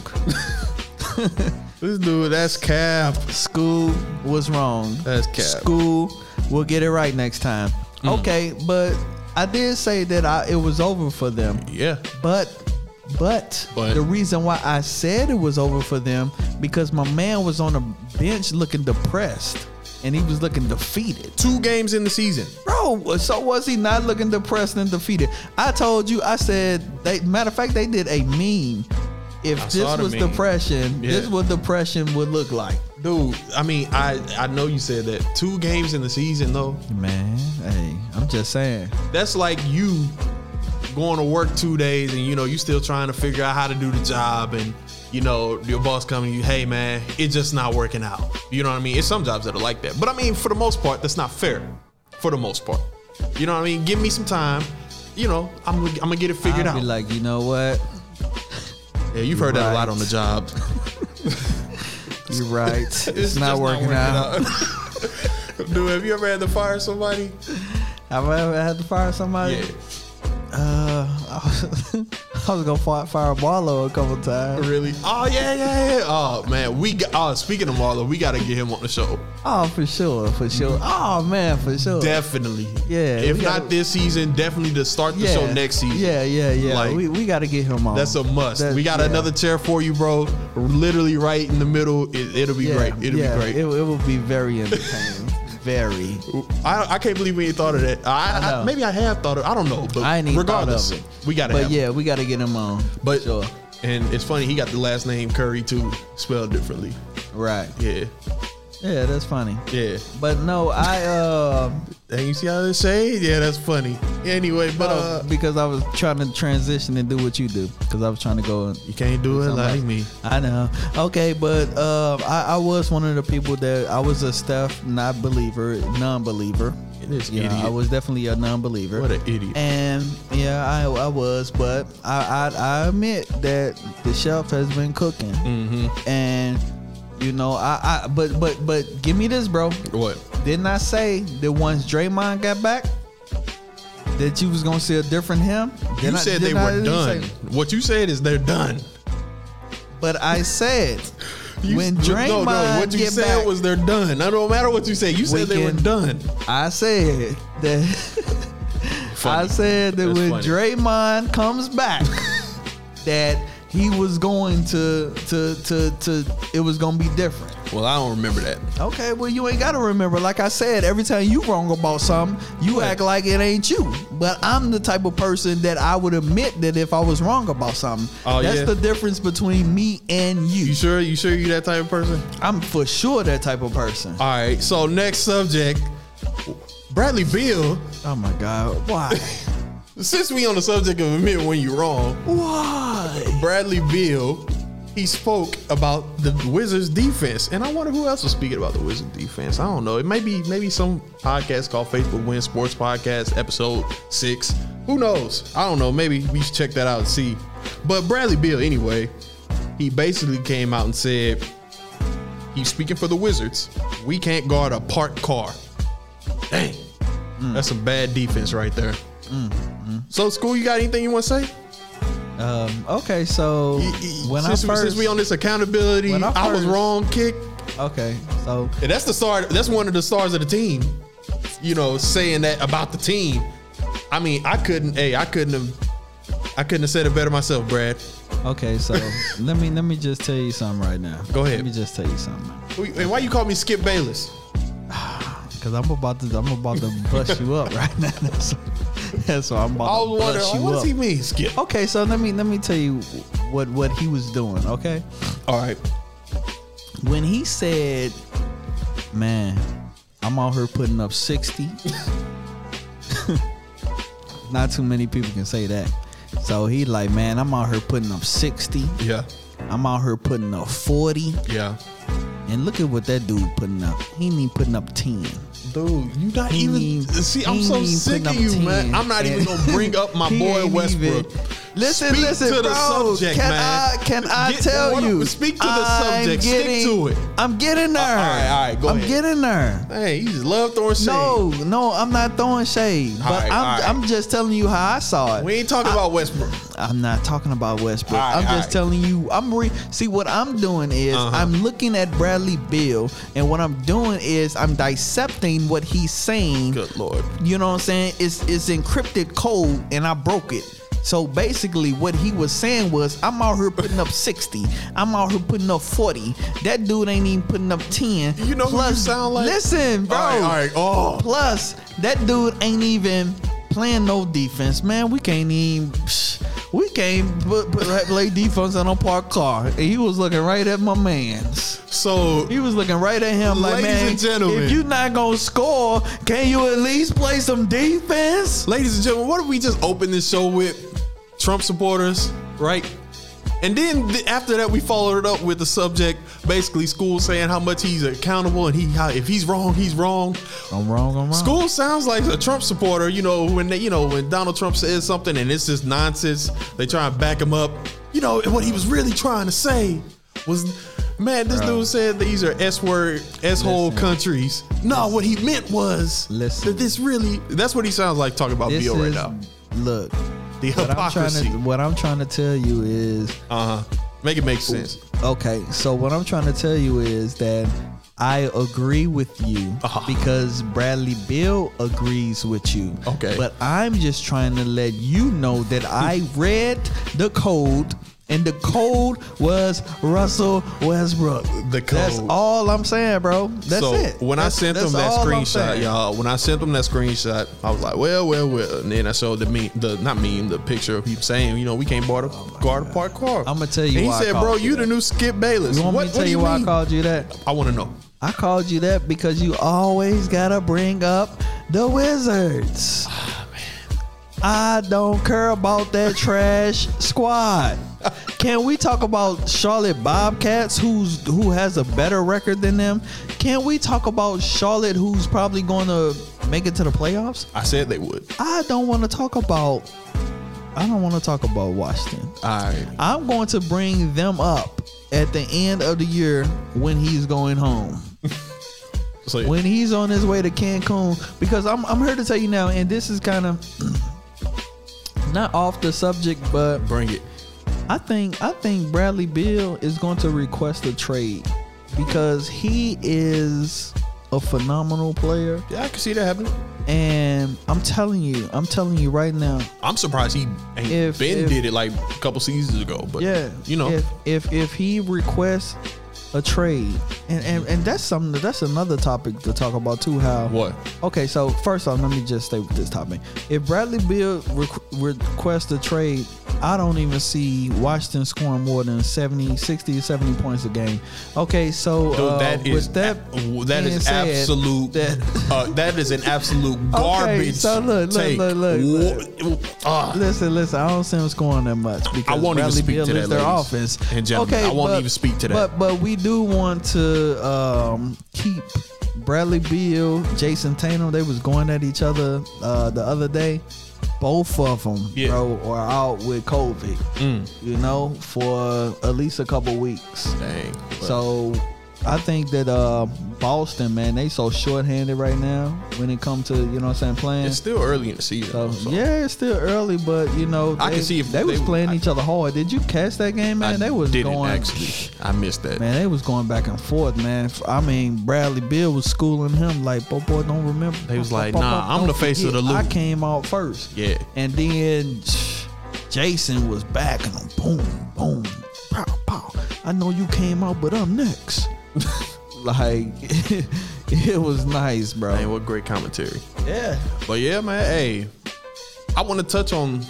[SPEAKER 1] This dude, that's cap.
[SPEAKER 2] School was wrong.
[SPEAKER 1] That's cap.
[SPEAKER 2] School, we'll get it right next time. Okay, but I did say that I, it was over for them.
[SPEAKER 1] Yeah,
[SPEAKER 2] But, but
[SPEAKER 1] But-
[SPEAKER 2] the reason why I said it was over for them because my man was on a bench looking depressed and he was looking defeated.
[SPEAKER 1] two games in the season.
[SPEAKER 2] Bro, so was he not looking depressed and defeated? I told you, I said they matter of fact they did a meme. If
[SPEAKER 1] I
[SPEAKER 2] this
[SPEAKER 1] saw the
[SPEAKER 2] was
[SPEAKER 1] meme.
[SPEAKER 2] depression, this
[SPEAKER 1] Yeah.
[SPEAKER 2] is what depression would look like.
[SPEAKER 1] Dude, I mean, I I know you said that. Two games in the season though.
[SPEAKER 2] Man, hey, I'm just saying.
[SPEAKER 1] That's like you going to work two days and you know you still trying to figure out how to do the job and you know your boss coming to you hey man it's just not working out you know what i mean it's some jobs that are like that but i mean for the most part that's not fair for the most part you know what i mean give me some time you know i'm, I'm gonna get it figured
[SPEAKER 2] I'll
[SPEAKER 1] out
[SPEAKER 2] be like, you know what?
[SPEAKER 1] yeah you've heard that a lot
[SPEAKER 2] right.
[SPEAKER 1] on the job
[SPEAKER 2] You're right. it's,
[SPEAKER 1] just
[SPEAKER 2] not working
[SPEAKER 1] out.
[SPEAKER 2] out.
[SPEAKER 1] dude have you ever had to fire somebody
[SPEAKER 2] Have I ever had to fire somebody?
[SPEAKER 1] yeah
[SPEAKER 2] Uh, I was, I was gonna fire, fire Barlow a couple times.
[SPEAKER 1] really oh yeah yeah yeah oh man we got oh speaking of marlo we gotta get him on the show
[SPEAKER 2] Oh, for sure, for sure. Oh man, for sure.
[SPEAKER 1] Definitely.
[SPEAKER 2] Yeah,
[SPEAKER 1] If
[SPEAKER 2] we
[SPEAKER 1] not
[SPEAKER 2] gotta-
[SPEAKER 1] this season, definitely to start the
[SPEAKER 2] yeah.
[SPEAKER 1] show next season.
[SPEAKER 2] Yeah, yeah, yeah.
[SPEAKER 1] Like-
[SPEAKER 2] we we got to get him on.
[SPEAKER 1] That's a must.
[SPEAKER 2] That-
[SPEAKER 1] we got
[SPEAKER 2] yeah.
[SPEAKER 1] another chair for you, bro. Literally right in the middle. It, it'll be
[SPEAKER 2] Yeah,
[SPEAKER 1] great. It'll
[SPEAKER 2] yeah,
[SPEAKER 1] be great.
[SPEAKER 2] It, it will be very entertaining. very.
[SPEAKER 1] I, I can't believe we ain't thought of that. I,
[SPEAKER 2] I
[SPEAKER 1] I
[SPEAKER 2] know.
[SPEAKER 1] maybe I have thought of. I don't know. But
[SPEAKER 2] I ain't even thought of
[SPEAKER 1] regardless,
[SPEAKER 2] it.
[SPEAKER 1] we gotta.
[SPEAKER 2] But
[SPEAKER 1] have
[SPEAKER 2] yeah, we got to get him on.
[SPEAKER 1] it. but
[SPEAKER 2] sure,
[SPEAKER 1] and it's funny. He got the last name Curry too, spelled differently.
[SPEAKER 2] right.
[SPEAKER 1] Yeah,
[SPEAKER 2] Yeah, that's funny.
[SPEAKER 1] yeah.
[SPEAKER 2] But no, I uh,
[SPEAKER 1] And you see how they say? Yeah, that's funny. Anyway, but
[SPEAKER 2] uh,
[SPEAKER 1] uh,
[SPEAKER 2] because I was trying to transition and do what you do because I was trying to go and
[SPEAKER 1] you can't do it
[SPEAKER 2] something
[SPEAKER 1] like
[SPEAKER 2] else.
[SPEAKER 1] me.
[SPEAKER 2] I know. Okay, but uh, I, I was one of the people that I was a Steph not believer, non-believer.
[SPEAKER 1] This
[SPEAKER 2] Yeah,
[SPEAKER 1] idiot.
[SPEAKER 2] I was definitely a non-believer.
[SPEAKER 1] What an idiot.
[SPEAKER 2] And yeah, I, I was, but I, I I admit that the shelf has been cooking,
[SPEAKER 1] Mm-hmm.
[SPEAKER 2] and you know I, I but but but give me this, bro.
[SPEAKER 1] what?
[SPEAKER 2] Didn't I say that once Draymond got back, that you was gonna see a different him?
[SPEAKER 1] You
[SPEAKER 2] Didn't I-
[SPEAKER 1] said they
[SPEAKER 2] didn't I-
[SPEAKER 1] were
[SPEAKER 2] didn't I
[SPEAKER 1] done.
[SPEAKER 2] say-
[SPEAKER 1] what you said is they're done.
[SPEAKER 2] but I said
[SPEAKER 1] You-
[SPEAKER 2] when
[SPEAKER 1] no,
[SPEAKER 2] Draymond
[SPEAKER 1] no, what you
[SPEAKER 2] get
[SPEAKER 1] said
[SPEAKER 2] back,
[SPEAKER 1] was they're done. I don't matter what you said. You said they were
[SPEAKER 2] Weekend.
[SPEAKER 1] done.
[SPEAKER 2] I said that I said that
[SPEAKER 1] That's
[SPEAKER 2] when
[SPEAKER 1] funny.
[SPEAKER 2] Draymond comes back, that he was going to to to to it was gonna be different.
[SPEAKER 1] Well, I don't remember that.
[SPEAKER 2] Okay, well you ain't gotta remember. Like I said, every time you wrong about something, you act like it ain't you. But I'm the type of person that I would admit that if I was wrong about something,
[SPEAKER 1] Oh,
[SPEAKER 2] that's
[SPEAKER 1] yeah?
[SPEAKER 2] the difference between me and
[SPEAKER 1] You
[SPEAKER 2] you.
[SPEAKER 1] sure? You sure you that type of person?
[SPEAKER 2] I'm for sure that type of person.
[SPEAKER 1] All right. So next subject, Bradley Bill.
[SPEAKER 2] Oh my god, why?
[SPEAKER 1] Since we on the subject of admit when you're wrong,
[SPEAKER 2] why?
[SPEAKER 1] Bradley Bill, he spoke about the Wizards defense, and I wonder who else was speaking about the Wizards defense. I don't know. It may be maybe some podcast called Facebook Win Sports Podcast, episode six. Who knows? I don't know. Maybe we should check that out and see. But Bradley Bill, anyway, he basically came out and said he's speaking for the Wizards. We can't guard a parked car. Dang, that's some bad defense right there. So, school, you got anything you want to say?
[SPEAKER 2] Um, okay, so when
[SPEAKER 1] since, we-
[SPEAKER 2] I first
[SPEAKER 1] since we on this accountability,
[SPEAKER 2] when
[SPEAKER 1] I,
[SPEAKER 2] I
[SPEAKER 1] was
[SPEAKER 2] first-
[SPEAKER 1] wrong. Kick.
[SPEAKER 2] okay, so
[SPEAKER 1] And that's the star. That's one of the stars of the team. You know, saying that about the team. I mean, I couldn't. Hey, I couldn't have. I couldn't have said it better myself, Brad.
[SPEAKER 2] okay, so let me let me just tell you something right now.
[SPEAKER 1] Go ahead.
[SPEAKER 2] Let me just tell you something
[SPEAKER 1] Who- And why you call me Skip Bayless?
[SPEAKER 2] because I'm about to I'm about to bust you up right now. That's, that's why I'm
[SPEAKER 1] I
[SPEAKER 2] about
[SPEAKER 1] was
[SPEAKER 2] to
[SPEAKER 1] wondering,
[SPEAKER 2] bust
[SPEAKER 1] like,
[SPEAKER 2] you
[SPEAKER 1] what does
[SPEAKER 2] up. Oh.
[SPEAKER 1] he mean, Skip?
[SPEAKER 2] okay, so let me let me tell you what what he was doing. Okay,
[SPEAKER 1] All right.
[SPEAKER 2] when he said, "Man, I'm out here putting up 60. Not too many people can say that. So he like, man, I'm out here putting up 60.
[SPEAKER 1] Yeah.
[SPEAKER 2] I'm out here putting up 40.
[SPEAKER 1] Yeah.
[SPEAKER 2] And look at what that dude putting up. He ain't even putting up 10.
[SPEAKER 1] Dude, you not
[SPEAKER 2] He
[SPEAKER 1] even
[SPEAKER 2] ain't-
[SPEAKER 1] see. I'm
[SPEAKER 2] he
[SPEAKER 1] so
[SPEAKER 2] ain't even
[SPEAKER 1] sick
[SPEAKER 2] putting
[SPEAKER 1] of
[SPEAKER 2] up
[SPEAKER 1] you, man.
[SPEAKER 2] 10.
[SPEAKER 1] I'm not even gonna bring up my
[SPEAKER 2] He
[SPEAKER 1] boy
[SPEAKER 2] ain't
[SPEAKER 1] Westbrook.
[SPEAKER 2] even- Listen,
[SPEAKER 1] Speak
[SPEAKER 2] listen,
[SPEAKER 1] to the
[SPEAKER 2] bro.
[SPEAKER 1] subject,
[SPEAKER 2] can
[SPEAKER 1] man.
[SPEAKER 2] I can I
[SPEAKER 1] Get-
[SPEAKER 2] tell
[SPEAKER 1] what-
[SPEAKER 2] you?
[SPEAKER 1] speak to the
[SPEAKER 2] I'm
[SPEAKER 1] subject. Stick to it. Uh,
[SPEAKER 2] I'm getting there.
[SPEAKER 1] all right, all right, go
[SPEAKER 2] I'm
[SPEAKER 1] ahead.
[SPEAKER 2] getting there.
[SPEAKER 1] Hey, you just love throwing shade.
[SPEAKER 2] No, no, I'm not throwing shade, but
[SPEAKER 1] All right, all
[SPEAKER 2] I'm
[SPEAKER 1] right.
[SPEAKER 2] I'm just telling you how I saw it.
[SPEAKER 1] we ain't talking about Westbrook.
[SPEAKER 2] I'm not talking about
[SPEAKER 1] All
[SPEAKER 2] Westbrook.
[SPEAKER 1] right,
[SPEAKER 2] I'm
[SPEAKER 1] all
[SPEAKER 2] just
[SPEAKER 1] right.
[SPEAKER 2] telling you. I'm re- see what I'm doing is
[SPEAKER 1] Uh-huh.
[SPEAKER 2] I'm looking at Bradley Bill, and what I'm doing is I'm dissecting what he's saying.
[SPEAKER 1] Good lord.
[SPEAKER 2] You know what I'm saying? It's it's encrypted code, and I broke it. So basically, what he was saying was, I'm out here putting up 60. I'm out here putting up 40. That dude ain't even putting up 10.
[SPEAKER 1] You know who you sound like?
[SPEAKER 2] Listen, bro.
[SPEAKER 1] All right, all right. Oh,
[SPEAKER 2] Plus, that dude ain't even playing no defense, man. We can't even. psh, We can't put, put, play defense on a parked car. And he was looking right at my man's.
[SPEAKER 1] So
[SPEAKER 2] He was looking right at him like,
[SPEAKER 1] Ladies
[SPEAKER 2] man,
[SPEAKER 1] and gentlemen."
[SPEAKER 2] if you're not gonna score, can you at least play some defense?
[SPEAKER 1] Ladies and gentlemen, what if we just open this show with Trump supporters, right? And then th- after that, we followed it up with the subject, basically school saying how much he's accountable and he how, if he's wrong, he's wrong.
[SPEAKER 2] I'm wrong. I'm wrong.
[SPEAKER 1] School sounds like a Trump supporter, you know, when they, you know when Donald Trump says something and it's just nonsense, they try and back him up. You know what he was really trying to say was, man, this dude said these are s word s hole
[SPEAKER 2] Listen.
[SPEAKER 1] countries. No, what he meant was
[SPEAKER 2] Listen.
[SPEAKER 1] that this really that's what he sounds like talking about
[SPEAKER 2] This
[SPEAKER 1] Bill right
[SPEAKER 2] is-
[SPEAKER 1] now.
[SPEAKER 2] Look,
[SPEAKER 1] The
[SPEAKER 2] what I'm, trying
[SPEAKER 1] hypocrisy.
[SPEAKER 2] to, what I'm trying to tell you is
[SPEAKER 1] Uh huh. Make it make sense.
[SPEAKER 2] Okay, so what I'm trying to tell you is that I agree with you
[SPEAKER 1] Ah.
[SPEAKER 2] because Bradley Bill agrees with you.
[SPEAKER 1] Okay.
[SPEAKER 2] But I'm just trying to let you know that I read the code and the code was Russell Westbrook.
[SPEAKER 1] The
[SPEAKER 2] That's
[SPEAKER 1] code.
[SPEAKER 2] all I'm saying, bro. That's
[SPEAKER 1] so
[SPEAKER 2] it.
[SPEAKER 1] when
[SPEAKER 2] That's-
[SPEAKER 1] I sent them
[SPEAKER 2] that's
[SPEAKER 1] that
[SPEAKER 2] all I'm
[SPEAKER 1] screenshot,
[SPEAKER 2] saying.
[SPEAKER 1] y'all, when I sent them that screenshot, I was like, well, well, well. And then I showed the meme, the not meme, the picture of him saying, you know, we can't guard, guard the park car.
[SPEAKER 2] Oh I'ma tell you
[SPEAKER 1] And he
[SPEAKER 2] why I
[SPEAKER 1] said,
[SPEAKER 2] called
[SPEAKER 1] bro,
[SPEAKER 2] you
[SPEAKER 1] you the
[SPEAKER 2] that.
[SPEAKER 1] new Skip Bayless.
[SPEAKER 2] You want
[SPEAKER 1] what,
[SPEAKER 2] me to
[SPEAKER 1] what
[SPEAKER 2] tell
[SPEAKER 1] do
[SPEAKER 2] you,
[SPEAKER 1] you
[SPEAKER 2] why
[SPEAKER 1] mean?
[SPEAKER 2] I called you that?
[SPEAKER 1] I want to know.
[SPEAKER 2] I called you that because you always gotta bring up the Wizards. I don't care about that trash squad. Can we talk about Charlotte Bobcats, who's who has a better record than them? Can we talk about Charlotte, who's probably going to make it to the playoffs?
[SPEAKER 1] I said they would.
[SPEAKER 2] I don't want to talk about. I don't want to talk about Washington.
[SPEAKER 1] All right.
[SPEAKER 2] I'm going to bring them up at the end of the year when he's going home
[SPEAKER 1] So,
[SPEAKER 2] when he's on his way to Cancun, because I'm, I'm here to tell you now, and this is kind of not off the subject, but
[SPEAKER 1] bring it.
[SPEAKER 2] I think I think Bradley Bill is going to request a trade because he is a phenomenal player,
[SPEAKER 1] Yeah, I can see that happening.
[SPEAKER 2] and I'm telling you, I'm telling you right now,
[SPEAKER 1] I'm surprised he ain't
[SPEAKER 2] If-
[SPEAKER 1] Ben
[SPEAKER 2] if-
[SPEAKER 1] did it like a couple seasons ago, but
[SPEAKER 2] yeah,
[SPEAKER 1] you know,
[SPEAKER 2] if if, if he requests a trade, and, and and that's something that- that's another topic to talk about too. How
[SPEAKER 1] what?
[SPEAKER 2] Okay, so first off, let me just stay with this topic. If Bradley Beal requ- requests a trade, I don't even see Washington scoring more than 70, 60, 70 points a game. Okay, so
[SPEAKER 1] Dude,
[SPEAKER 2] uh,
[SPEAKER 1] that is
[SPEAKER 2] with that,
[SPEAKER 1] a- that
[SPEAKER 2] being
[SPEAKER 1] is
[SPEAKER 2] said,
[SPEAKER 1] absolute.
[SPEAKER 2] that-
[SPEAKER 1] uh, that is an absolute garbage.
[SPEAKER 2] so look, look,
[SPEAKER 1] take.
[SPEAKER 2] look, look,
[SPEAKER 1] Wha- ah,
[SPEAKER 2] Listen, listen. I don't see him scoring that much because
[SPEAKER 1] won't even
[SPEAKER 2] Bradley
[SPEAKER 1] speak
[SPEAKER 2] Beal
[SPEAKER 1] to that,
[SPEAKER 2] is their
[SPEAKER 1] ladies
[SPEAKER 2] offense.
[SPEAKER 1] and gentlemen. I won't even speak to that.
[SPEAKER 2] But but we do want to um, keep Bradley Beal, Jason Tatum. They was going at each other uh, the other day. Both of them,
[SPEAKER 1] Yeah. Mm.
[SPEAKER 2] bro, are out with COVID. You know, for at least a couple weeks.
[SPEAKER 1] dang.
[SPEAKER 2] So I think that uh, Boston, man, they so shorthanded right now when it comes to you know what I'm saying playing.
[SPEAKER 1] it's still early in the season.
[SPEAKER 2] So,
[SPEAKER 1] though, Oh, so-
[SPEAKER 2] yeah, it's still early, but you know they,
[SPEAKER 1] I can see if
[SPEAKER 2] they, was
[SPEAKER 1] they-
[SPEAKER 2] playing
[SPEAKER 1] I-
[SPEAKER 2] each other hard. Did you catch that game, man?
[SPEAKER 1] I
[SPEAKER 2] they was
[SPEAKER 1] didn't
[SPEAKER 2] going
[SPEAKER 1] actually. I missed that.
[SPEAKER 2] Man, they was going back and forth, man. I mean, Bradley Bill was schooling him like, "Boy, boy, don't remember."
[SPEAKER 1] They was
[SPEAKER 2] Boy,
[SPEAKER 1] like,
[SPEAKER 2] boy,
[SPEAKER 1] "Nah,
[SPEAKER 2] boy,
[SPEAKER 1] I'm
[SPEAKER 2] don't
[SPEAKER 1] the face of
[SPEAKER 2] forget,
[SPEAKER 1] the league."
[SPEAKER 2] I came out first.
[SPEAKER 1] Yeah.
[SPEAKER 2] and then Jason was backing him. Boom, boom, pow, pow. I know you came out, but I'm next. like, it was nice, bro.
[SPEAKER 1] Man, what great commentary.
[SPEAKER 2] yeah.
[SPEAKER 1] But yeah, man. Hey, I want to touch on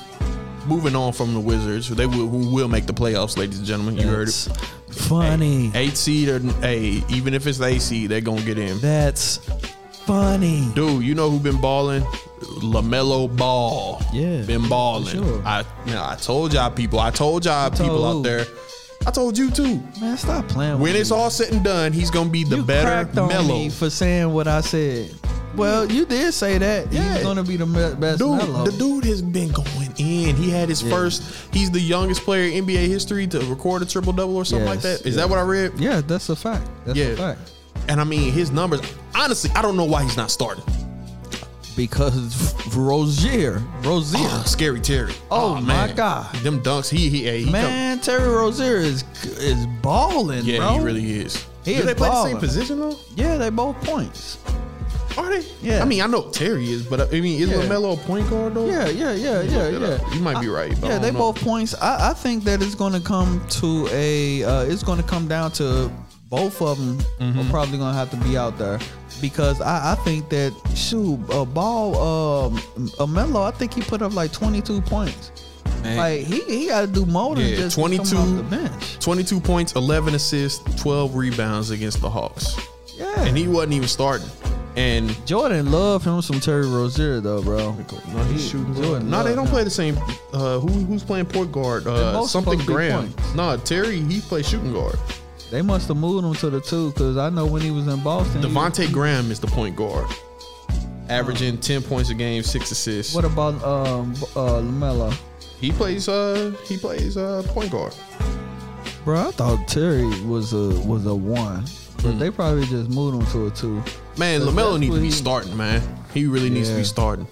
[SPEAKER 1] moving on from the Wizards. They will, who will make the playoffs, ladies and gentlemen. You heard
[SPEAKER 2] That's
[SPEAKER 1] it.
[SPEAKER 2] Funny.
[SPEAKER 1] Eight seed or hey, even if it's the eight seed, they're gonna get in.
[SPEAKER 2] That's funny.
[SPEAKER 1] Dude, you know who been balling? Lamelo Ball.
[SPEAKER 2] Yeah,
[SPEAKER 1] been balling.
[SPEAKER 2] for sure.
[SPEAKER 1] I now, I told y'all people. I told y'all
[SPEAKER 2] told
[SPEAKER 1] people
[SPEAKER 2] who?
[SPEAKER 1] out there. I told you too.
[SPEAKER 2] Man, stop playing with
[SPEAKER 1] When
[SPEAKER 2] me.
[SPEAKER 1] it's all said and done, he's gonna be the
[SPEAKER 2] you
[SPEAKER 1] better
[SPEAKER 2] cracked on
[SPEAKER 1] Melo.
[SPEAKER 2] me for saying what I said. Well, you did say that.
[SPEAKER 1] Yeah.
[SPEAKER 2] He's gonna be the me- best
[SPEAKER 1] Dude,
[SPEAKER 2] Melo.
[SPEAKER 1] the dude has been going in. He had his first. He's the youngest player in NBA history to record a triple double or something like
[SPEAKER 2] Yes,
[SPEAKER 1] that. Is
[SPEAKER 2] yeah.
[SPEAKER 1] that what I read?
[SPEAKER 2] Yeah, that's a fact. That's
[SPEAKER 1] Yeah.
[SPEAKER 2] a fact.
[SPEAKER 1] And I mean, his numbers. Honestly, I don't know why he's not starting.
[SPEAKER 2] Because Rozier, Rozier,
[SPEAKER 1] Ah, scary Terry.
[SPEAKER 2] Oh,
[SPEAKER 1] Ah,
[SPEAKER 2] my God.
[SPEAKER 1] them dunks. He he hey, he come-
[SPEAKER 2] man, Terry Rozier is is balling,
[SPEAKER 1] Yeah,
[SPEAKER 2] bro.
[SPEAKER 1] he really is.
[SPEAKER 2] He
[SPEAKER 1] Do
[SPEAKER 2] is
[SPEAKER 1] they play the
[SPEAKER 2] balling.
[SPEAKER 1] same position though?
[SPEAKER 2] yeah, they both points.
[SPEAKER 1] Are they?
[SPEAKER 2] Yeah.
[SPEAKER 1] I mean, I know Terry is, but uh, I mean, is
[SPEAKER 2] Yeah.
[SPEAKER 1] Lamelo a point guard though?
[SPEAKER 2] Yeah, yeah, yeah, yeah,
[SPEAKER 1] look
[SPEAKER 2] yeah.
[SPEAKER 1] that up. You might be
[SPEAKER 2] I-
[SPEAKER 1] right, but I
[SPEAKER 2] yeah,
[SPEAKER 1] don't
[SPEAKER 2] they
[SPEAKER 1] know.
[SPEAKER 2] both points. I, I think that it's going to come to a. Uh, it's going to come down to both of them
[SPEAKER 1] Mm-hmm.
[SPEAKER 2] are probably going to have to be out there because I, I think that shoot a ball um a Melo I think he put up like twenty two points.
[SPEAKER 3] Man.
[SPEAKER 2] Like he he got to do more than
[SPEAKER 1] Yeah,
[SPEAKER 2] just
[SPEAKER 1] 22
[SPEAKER 2] 22 off the bench.
[SPEAKER 1] 22 points, 11 assists, 12 rebounds against the Hawks.
[SPEAKER 2] Yeah,
[SPEAKER 1] And he wasn't even starting. And
[SPEAKER 2] Jordan love him some Terry Rozier though, bro.
[SPEAKER 1] no, he's shooting.
[SPEAKER 2] Jordan
[SPEAKER 1] No,
[SPEAKER 2] Love
[SPEAKER 1] they don't
[SPEAKER 2] now.
[SPEAKER 1] play the same. Uh, who, who's playing point guard?
[SPEAKER 2] They're
[SPEAKER 1] Uh,
[SPEAKER 2] both
[SPEAKER 1] something
[SPEAKER 2] supposed to be
[SPEAKER 1] Graham.
[SPEAKER 2] points.
[SPEAKER 1] No, Terry, he plays shooting guard.
[SPEAKER 2] They must have moved him to the two because I know when he was in Boston. he-
[SPEAKER 1] Devontae Graham is the point guard, averaging 10 points a game, six assists.
[SPEAKER 2] what about um uh Lamelo?
[SPEAKER 1] He plays. Uh, he plays uh, point guard.
[SPEAKER 2] Bro, I thought Terry was a was a one, but they probably just moved him to a two.
[SPEAKER 1] Man,
[SPEAKER 2] That's-
[SPEAKER 1] Lamelo
[SPEAKER 2] that's
[SPEAKER 1] needs to
[SPEAKER 2] what
[SPEAKER 1] be
[SPEAKER 2] he-
[SPEAKER 1] starting. Man, he really needs to be
[SPEAKER 2] Yeah.
[SPEAKER 1] starting.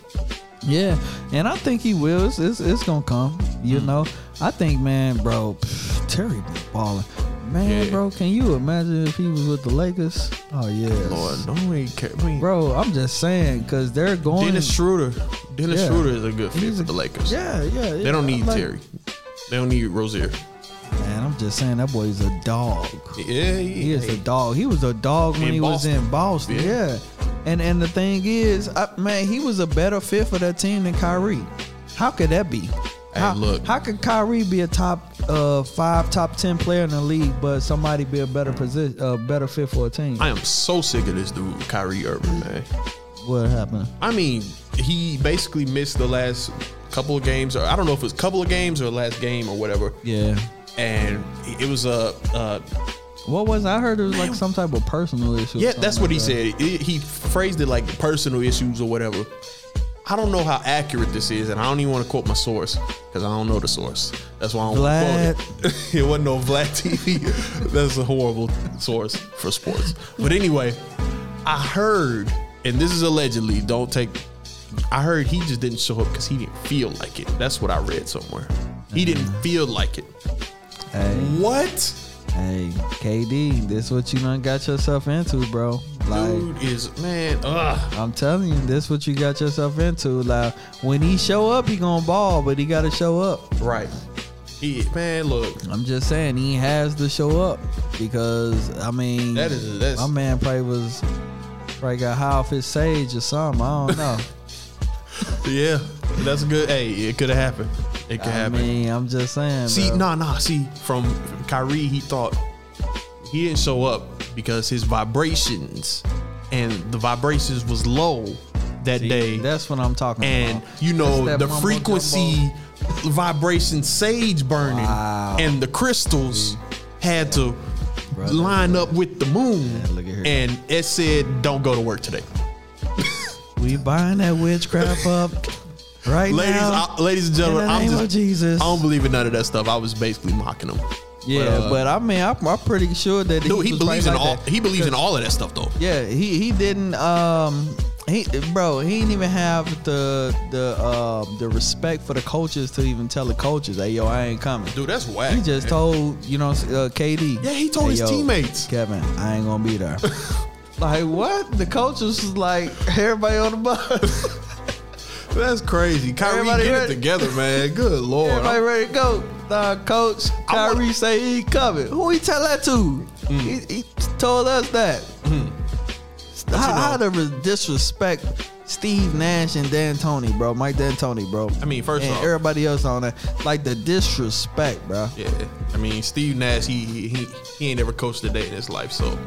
[SPEAKER 2] Yeah, and I think he will. It's it's, it's gonna come. You know, I think, man, bro, pff, Terry be balling. Man,
[SPEAKER 1] Yeah.
[SPEAKER 2] bro, can you imagine if he was with the Lakers? Oh yeah,
[SPEAKER 1] Lord, no one care. I mean,
[SPEAKER 2] bro. I'm just saying because they're going.
[SPEAKER 1] Dennis Schroeder. Dennis
[SPEAKER 2] Yeah.
[SPEAKER 1] Schroeder is a good fit
[SPEAKER 2] He's
[SPEAKER 1] for
[SPEAKER 2] a-
[SPEAKER 1] the Lakers.
[SPEAKER 2] yeah, yeah, yeah.
[SPEAKER 1] They don't need
[SPEAKER 2] Like,
[SPEAKER 1] Terry. They don't need Rozier.
[SPEAKER 2] Man, I'm just saying that boy is a dog.
[SPEAKER 1] Yeah, yeah.
[SPEAKER 2] He is a dog. He was a dog when
[SPEAKER 1] In
[SPEAKER 2] he
[SPEAKER 1] Boston.
[SPEAKER 2] was in Boston.
[SPEAKER 1] Yeah.
[SPEAKER 2] Yeah. And and the thing is, I, man, he was a better fit for that team than Kyrie. How could that be?
[SPEAKER 1] Hey,
[SPEAKER 2] how,
[SPEAKER 1] look.
[SPEAKER 2] how could Kyrie be a top uh, five, top ten player in the league, but somebody be a better position, uh, better fit for a team?
[SPEAKER 1] I am so sick of this dude, Kyrie Irving, man.
[SPEAKER 2] what happened?
[SPEAKER 1] I mean, he basically missed the last couple of games, or I don't know if it was couple of games or last game or whatever.
[SPEAKER 2] Yeah,
[SPEAKER 1] And it was a, uh,
[SPEAKER 2] what was I heard? It was like some type of personal issue. or
[SPEAKER 1] yeah,
[SPEAKER 2] something
[SPEAKER 1] that's what
[SPEAKER 2] like
[SPEAKER 1] he
[SPEAKER 2] that.
[SPEAKER 1] said. It- he phrased it like personal issues or whatever. I don't know how accurate this is, and I don't even want to quote my source because I don't know the source. That's why I don't want to quote it. it wasn't no Vlad TV. That's a horrible source for sports. But anyway, I heard, and this is allegedly, don't take. I heard he just didn't show up because he didn't feel like it. That's what I read somewhere. He didn't feel like it.
[SPEAKER 2] Hey,
[SPEAKER 1] What?
[SPEAKER 2] hey, KD, this what you done got yourself into, bro. Like.
[SPEAKER 1] Dude is man. Ugh.
[SPEAKER 2] I'm telling you, this what you got yourself into. Like when he show up, he gonna ball, but he gotta show up.
[SPEAKER 1] Right. He man. Look.
[SPEAKER 2] I'm just saying he has to show up because I mean
[SPEAKER 1] That is- that's-
[SPEAKER 2] my man probably was probably got high off his sage or something. I don't know.
[SPEAKER 1] Yeah, that's good. Hey, it could have happened. It could
[SPEAKER 2] I
[SPEAKER 1] happen.
[SPEAKER 2] mean, I'm just saying.
[SPEAKER 1] see,
[SPEAKER 2] bro.
[SPEAKER 1] nah, nah. See, from Kyrie, he thought he didn't show up because his vibrations and the vibrations was low that day,
[SPEAKER 2] that's what I'm talking
[SPEAKER 1] and
[SPEAKER 2] about.
[SPEAKER 1] you know
[SPEAKER 2] That's that
[SPEAKER 1] the
[SPEAKER 2] mumbo
[SPEAKER 1] frequency, vibration, sage burning,
[SPEAKER 2] Wow.
[SPEAKER 1] and the crystals had to
[SPEAKER 2] Brother.
[SPEAKER 1] line up with the moon.
[SPEAKER 2] Yeah, look at here.
[SPEAKER 1] and it said, "Don't go to work today."
[SPEAKER 2] jumbo. we buying that witchcraft up right
[SPEAKER 1] Ladies,
[SPEAKER 2] now.
[SPEAKER 1] I, ladies and gentlemen,
[SPEAKER 2] in the
[SPEAKER 1] I'm
[SPEAKER 2] name
[SPEAKER 1] just,
[SPEAKER 2] of Jesus.
[SPEAKER 1] I don't believe in none of that stuff. I was basically mocking him.
[SPEAKER 2] yeah, but,
[SPEAKER 1] uh,
[SPEAKER 2] I mean, I'm, I'm pretty sure that
[SPEAKER 1] dude, he
[SPEAKER 2] was probably
[SPEAKER 1] believes in
[SPEAKER 2] like
[SPEAKER 1] all.
[SPEAKER 2] that.
[SPEAKER 1] He believes in all of that stuff, though.
[SPEAKER 2] Yeah, he he didn't um he bro, he didn't even have the the uh, the respect for the coaches to even tell the coaches, "Hey yo, I ain't coming."
[SPEAKER 1] Dude, that's whack.
[SPEAKER 2] He just
[SPEAKER 1] man.
[SPEAKER 2] told, you know, uh, KD.
[SPEAKER 1] Yeah, he told
[SPEAKER 2] "Hey,
[SPEAKER 1] his
[SPEAKER 2] yo,
[SPEAKER 1] teammates."
[SPEAKER 2] Kevin, I ain't going to be there. like what? The coaches was like everybody on the bus.
[SPEAKER 1] That's crazy. Kyrie,
[SPEAKER 2] Everybody
[SPEAKER 1] get it
[SPEAKER 2] ready?
[SPEAKER 1] together, man. Good lord.
[SPEAKER 2] everybody
[SPEAKER 1] I'm-
[SPEAKER 2] ready to go. Nah, coach
[SPEAKER 1] I Mm.
[SPEAKER 2] Kyrie say he coming. Who he tell that to? He, he told us that.
[SPEAKER 1] you know-
[SPEAKER 2] How, how to re- disrespect Steve Nash and Dan Tony, bro? Mike D'Antoni, bro.
[SPEAKER 1] I mean, first
[SPEAKER 2] and
[SPEAKER 1] off-
[SPEAKER 2] everybody else on that, like the disrespect, bro.
[SPEAKER 1] yeah, I mean, Steve Nash, he he he- he ain't ever coached a day in his life, so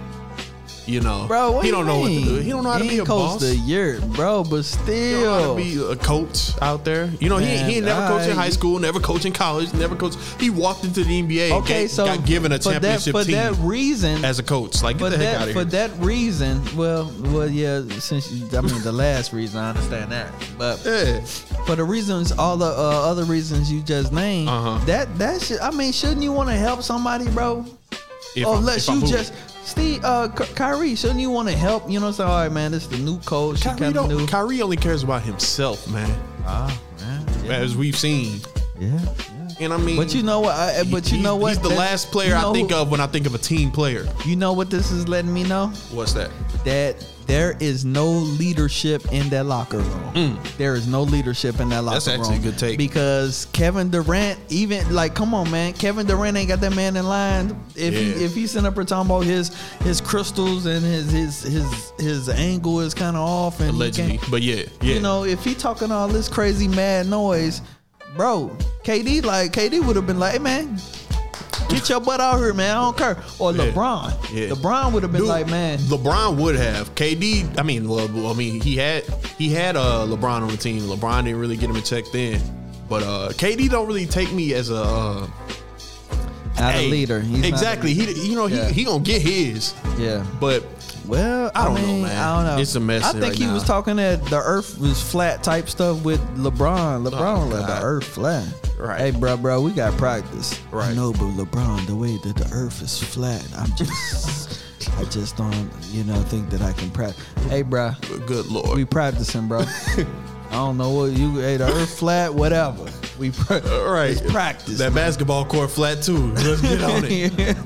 [SPEAKER 1] you know,
[SPEAKER 2] Bro, what
[SPEAKER 1] he
[SPEAKER 2] you
[SPEAKER 1] don't know
[SPEAKER 2] mean?
[SPEAKER 1] what to do. He don't know how to
[SPEAKER 2] He
[SPEAKER 1] be a
[SPEAKER 2] coach
[SPEAKER 1] boss.
[SPEAKER 2] the year, bro. But
[SPEAKER 1] He don't know how
[SPEAKER 2] still,
[SPEAKER 1] to be a coach out there. You know, he,
[SPEAKER 2] Man,
[SPEAKER 1] he ain't never coached in
[SPEAKER 2] I-
[SPEAKER 1] high school, never coached in college, never coached. He walked into the NBA. and
[SPEAKER 2] okay,
[SPEAKER 1] got-
[SPEAKER 2] so
[SPEAKER 1] got given a
[SPEAKER 2] for that
[SPEAKER 1] championship
[SPEAKER 2] for
[SPEAKER 1] team
[SPEAKER 2] that reason,
[SPEAKER 1] as a coach. Like, get
[SPEAKER 2] for
[SPEAKER 1] the heck
[SPEAKER 2] that
[SPEAKER 1] out of
[SPEAKER 2] for
[SPEAKER 1] here.
[SPEAKER 2] that reason, well, well, yeah. Since you- I mean the last reason, I understand that, but
[SPEAKER 1] Yeah.
[SPEAKER 2] for the reasons, all the uh, other reasons you just named,
[SPEAKER 1] Uh-huh.
[SPEAKER 2] that that should, I mean, shouldn't you want to help somebody, bro?
[SPEAKER 1] If I'm-
[SPEAKER 2] or Oh, unless
[SPEAKER 1] if I'm
[SPEAKER 2] you
[SPEAKER 1] who?
[SPEAKER 2] just Steve uh, Ky- Kyrie, shouldn't you want to help? You know, what I'm saying, all right, man, this is the new coach,
[SPEAKER 1] Kyrie,
[SPEAKER 2] kind of
[SPEAKER 1] don't,
[SPEAKER 2] new.
[SPEAKER 1] Kyrie only cares about himself, man.
[SPEAKER 2] ah, man, yeah,
[SPEAKER 1] As we've seen,
[SPEAKER 2] yeah, yeah.
[SPEAKER 1] and I mean,
[SPEAKER 2] But you know what? I,
[SPEAKER 1] he-
[SPEAKER 2] but you
[SPEAKER 1] he-
[SPEAKER 2] know what?
[SPEAKER 1] He's the
[SPEAKER 2] That-
[SPEAKER 1] last player
[SPEAKER 2] you know
[SPEAKER 1] I think
[SPEAKER 2] who-
[SPEAKER 1] of when I think of a team player.
[SPEAKER 2] You know what this is letting me know?
[SPEAKER 1] What's that?
[SPEAKER 2] that there is no leadership in that locker room. There is no leadership in that locker
[SPEAKER 1] Mm. That's
[SPEAKER 2] room.
[SPEAKER 1] actually a good take.
[SPEAKER 2] Because Kevin Durant, even like, come on, man, Kevin Durant ain't got that man in line. If
[SPEAKER 1] Yeah.
[SPEAKER 2] he if he's in a talking about his his crystals and his his his his angle is kind of off and he
[SPEAKER 1] Allegedly,
[SPEAKER 2] can't-
[SPEAKER 1] but yeah, yeah.
[SPEAKER 2] you know, if he talking all this crazy mad noise, bro, KD, like KD would have been like, hey man, get your butt out here, man. I don't care. Or
[SPEAKER 1] Yeah.
[SPEAKER 2] LeBron.
[SPEAKER 1] Yeah.
[SPEAKER 2] LeBron would have been
[SPEAKER 1] Dude,
[SPEAKER 2] like, man,
[SPEAKER 1] LeBron would have. KD, I mean, Le, I mean, he had he had uh, LeBron on the team. LeBron didn't really get him checked in, but uh, KD don't really take me as a uh,
[SPEAKER 2] not
[SPEAKER 1] hey,
[SPEAKER 2] a leader. He's not a
[SPEAKER 1] exactly. He, you know,
[SPEAKER 2] Yeah.
[SPEAKER 1] he he gonna get his,
[SPEAKER 2] leader. yeah.
[SPEAKER 1] but
[SPEAKER 2] Well, I,
[SPEAKER 1] I don't know,
[SPEAKER 2] mean,
[SPEAKER 1] man.
[SPEAKER 2] I don't know.
[SPEAKER 1] It's a mess
[SPEAKER 2] I think
[SPEAKER 1] right
[SPEAKER 2] he was
[SPEAKER 1] now.
[SPEAKER 2] talking that the Earth was flat type stuff with LeBron. LeBron
[SPEAKER 1] Oh,
[SPEAKER 2] was like the
[SPEAKER 1] God.
[SPEAKER 2] Earth flat.
[SPEAKER 1] Right.
[SPEAKER 2] Hey, bro, bro, we got practice.
[SPEAKER 1] Right.
[SPEAKER 2] No, but LeBron, the way that the Earth is flat, I'm just, I just don't, you know, think that I can practice. Hey, bro,
[SPEAKER 1] good lord,
[SPEAKER 2] we practicing, bro. I don't know what you. Hey, the Earth flat, whatever. We pra-
[SPEAKER 1] All right.
[SPEAKER 2] It's practice.
[SPEAKER 1] That basketball court flat too. Let's get on it.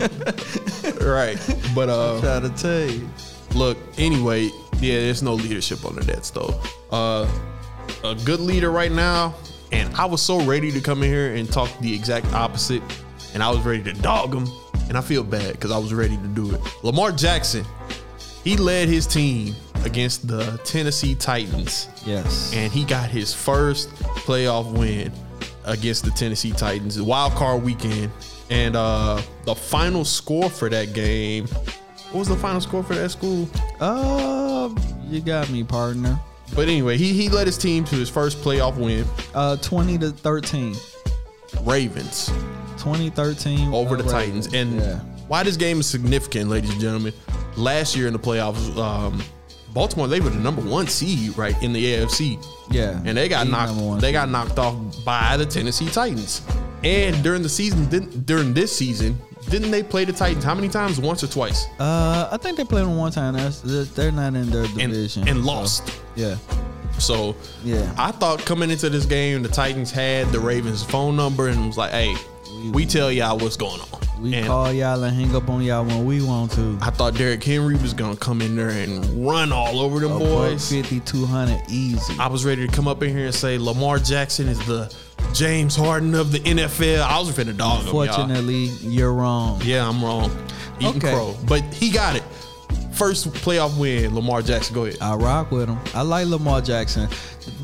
[SPEAKER 1] right. But uh
[SPEAKER 2] Try to tell you.
[SPEAKER 1] look, anyway, yeah, there's no leadership on the Nets though. Uh a good leader right now, and I was so ready to come in here and talk the exact opposite, and I was ready to dog him, and I feel bad because I was ready to do it. Lamar Jackson, he led his team against the Tennessee Titans
[SPEAKER 2] Yes.
[SPEAKER 1] and he got his first playoff win against the Tennessee Titans, wild card weekend. And uh the final score for that game, what was the final score for that school?
[SPEAKER 2] Uh, you got me, partner.
[SPEAKER 1] But anyway, he he led his team to his first playoff win,
[SPEAKER 2] Uh, twenty to thirteen.
[SPEAKER 1] Ravens
[SPEAKER 2] 2013
[SPEAKER 1] over the
[SPEAKER 2] uh,
[SPEAKER 1] Titans. And
[SPEAKER 2] yeah.
[SPEAKER 1] why this game is significant, ladies and gentlemen, last year in the playoffs, um, Baltimore they were the number one seed right in the AFC.
[SPEAKER 2] yeah
[SPEAKER 1] and they got
[SPEAKER 2] He's
[SPEAKER 1] knocked.
[SPEAKER 2] number one.
[SPEAKER 1] They got knocked off by the Tennessee Titans. And during the season, didn't, during this season, didn't they play the Titans? How many times? Once or twice,
[SPEAKER 2] uh I think they played them one time That's, they're- they're not in their
[SPEAKER 1] and
[SPEAKER 2] division
[SPEAKER 1] and
[SPEAKER 2] so,
[SPEAKER 1] lost.
[SPEAKER 2] yeah
[SPEAKER 1] So
[SPEAKER 2] Yeah.
[SPEAKER 1] I thought coming into this game, the Titans had the Ravens' phone number and was like, "Hey, we tell y'all what's going on."
[SPEAKER 2] we
[SPEAKER 1] and
[SPEAKER 2] call y'all and hang up on y'all when we want to
[SPEAKER 1] I thought Derrick Henry was gonna come in there and run all over them boys.
[SPEAKER 2] 5200 easy
[SPEAKER 1] I was ready to come up in here and say Lamar Jackson is the James Harden of the NFL. I was finna dog him, y'all.
[SPEAKER 2] fortunately you're wrong
[SPEAKER 1] Yeah, I'm wrong. Eating
[SPEAKER 2] Okay.
[SPEAKER 1] crow. But he got it. First playoff win, Lamar Jackson. Go ahead.
[SPEAKER 2] I rock with him. I like Lamar Jackson.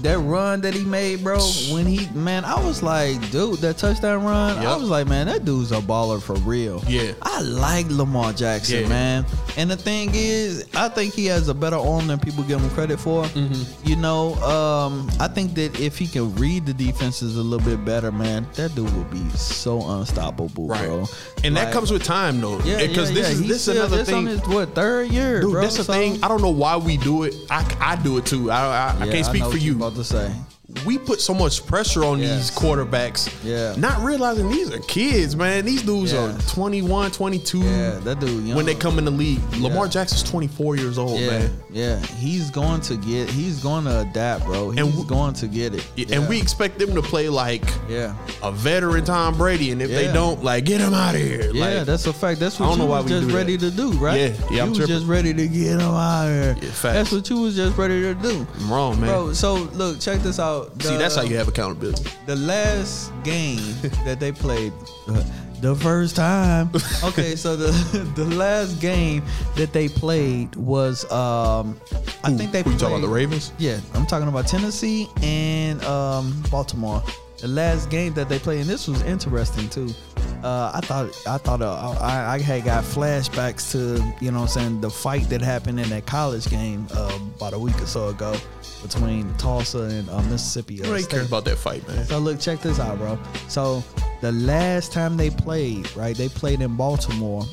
[SPEAKER 2] That run that he made, bro, when he man, I was like, dude, that touchdown run, I
[SPEAKER 1] Yep.
[SPEAKER 2] was like, man, that dude's a baller for real.
[SPEAKER 1] Yeah.
[SPEAKER 2] I like Lamar Jackson,
[SPEAKER 1] Yeah.
[SPEAKER 2] man. And the thing is, I think he has a better arm than people give him credit for.
[SPEAKER 1] Mm-hmm.
[SPEAKER 2] You know, um, I think that if he can read the defenses a little bit better, man, that dude will be so unstoppable, bro.
[SPEAKER 1] And
[SPEAKER 2] Like-
[SPEAKER 1] that comes with time though.
[SPEAKER 2] yeah,
[SPEAKER 1] Because
[SPEAKER 2] yeah,
[SPEAKER 1] this
[SPEAKER 2] yeah.
[SPEAKER 1] is
[SPEAKER 2] He's
[SPEAKER 1] this
[SPEAKER 2] still-
[SPEAKER 1] another
[SPEAKER 2] this
[SPEAKER 1] thing.
[SPEAKER 2] On his, what third year,
[SPEAKER 1] Dude,
[SPEAKER 2] bro?
[SPEAKER 1] that's the
[SPEAKER 2] So-
[SPEAKER 1] thing. I don't know why we do it. I, I do it too. I, I, I
[SPEAKER 2] Yeah,
[SPEAKER 1] can't speak
[SPEAKER 2] know
[SPEAKER 1] for
[SPEAKER 2] what
[SPEAKER 1] you.
[SPEAKER 2] About to say,
[SPEAKER 1] We put so much pressure on
[SPEAKER 2] Yes.
[SPEAKER 1] these quarterbacks.
[SPEAKER 2] Yeah.
[SPEAKER 1] Not realizing these are kids, man. These dudes
[SPEAKER 2] Yeah.
[SPEAKER 1] are 21, 22
[SPEAKER 2] yeah, that dude. Young.
[SPEAKER 1] when they come in the league. Lamar
[SPEAKER 2] Yeah.
[SPEAKER 1] Jackson's 24 years old,
[SPEAKER 2] yeah,
[SPEAKER 1] man.
[SPEAKER 2] yeah, he's going to get. He's going to adapt, bro. He's
[SPEAKER 1] And we-
[SPEAKER 2] going to get it.
[SPEAKER 1] And
[SPEAKER 2] Yeah.
[SPEAKER 1] we expect them to play like
[SPEAKER 2] yeah,
[SPEAKER 1] a veteran Tom Brady, and if they
[SPEAKER 2] Yeah.
[SPEAKER 1] don't, like get him out of here.
[SPEAKER 2] yeah,
[SPEAKER 1] like,
[SPEAKER 2] that's a fact. That's
[SPEAKER 1] I
[SPEAKER 2] what
[SPEAKER 1] don't
[SPEAKER 2] you
[SPEAKER 1] know why
[SPEAKER 2] was
[SPEAKER 1] we
[SPEAKER 2] just
[SPEAKER 1] do
[SPEAKER 2] ready
[SPEAKER 1] that.
[SPEAKER 2] to do, right?
[SPEAKER 1] Yeah, yeah, I'm
[SPEAKER 2] you was
[SPEAKER 1] tripping.
[SPEAKER 2] just ready to get him out of
[SPEAKER 1] Yeah,
[SPEAKER 2] here.
[SPEAKER 1] facts.
[SPEAKER 2] that's what you was just ready to do.
[SPEAKER 1] I'm wrong, man.
[SPEAKER 2] Bro, so look, check this out. The,
[SPEAKER 1] See, that's how you have accountability.
[SPEAKER 2] the last game that they played uh, the first time okay so the the last game that they played was um i
[SPEAKER 1] Who-
[SPEAKER 2] think they
[SPEAKER 1] who you
[SPEAKER 2] played,
[SPEAKER 1] talking about, the Ravens?
[SPEAKER 2] yeah i'm talking about tennessee and um baltimore the last game that they played and this was interesting too uh, I thought I thought uh, I, I had got flashbacks to you know what I'm saying the fight that happened in that college game uh, about a week or so ago between Tulsa and uh, Mississippi. uh,
[SPEAKER 1] Nobody
[SPEAKER 2] State.
[SPEAKER 1] cares about that fight, man.
[SPEAKER 2] So look, check this out, bro. So the last time they played, right? They played in Baltimore.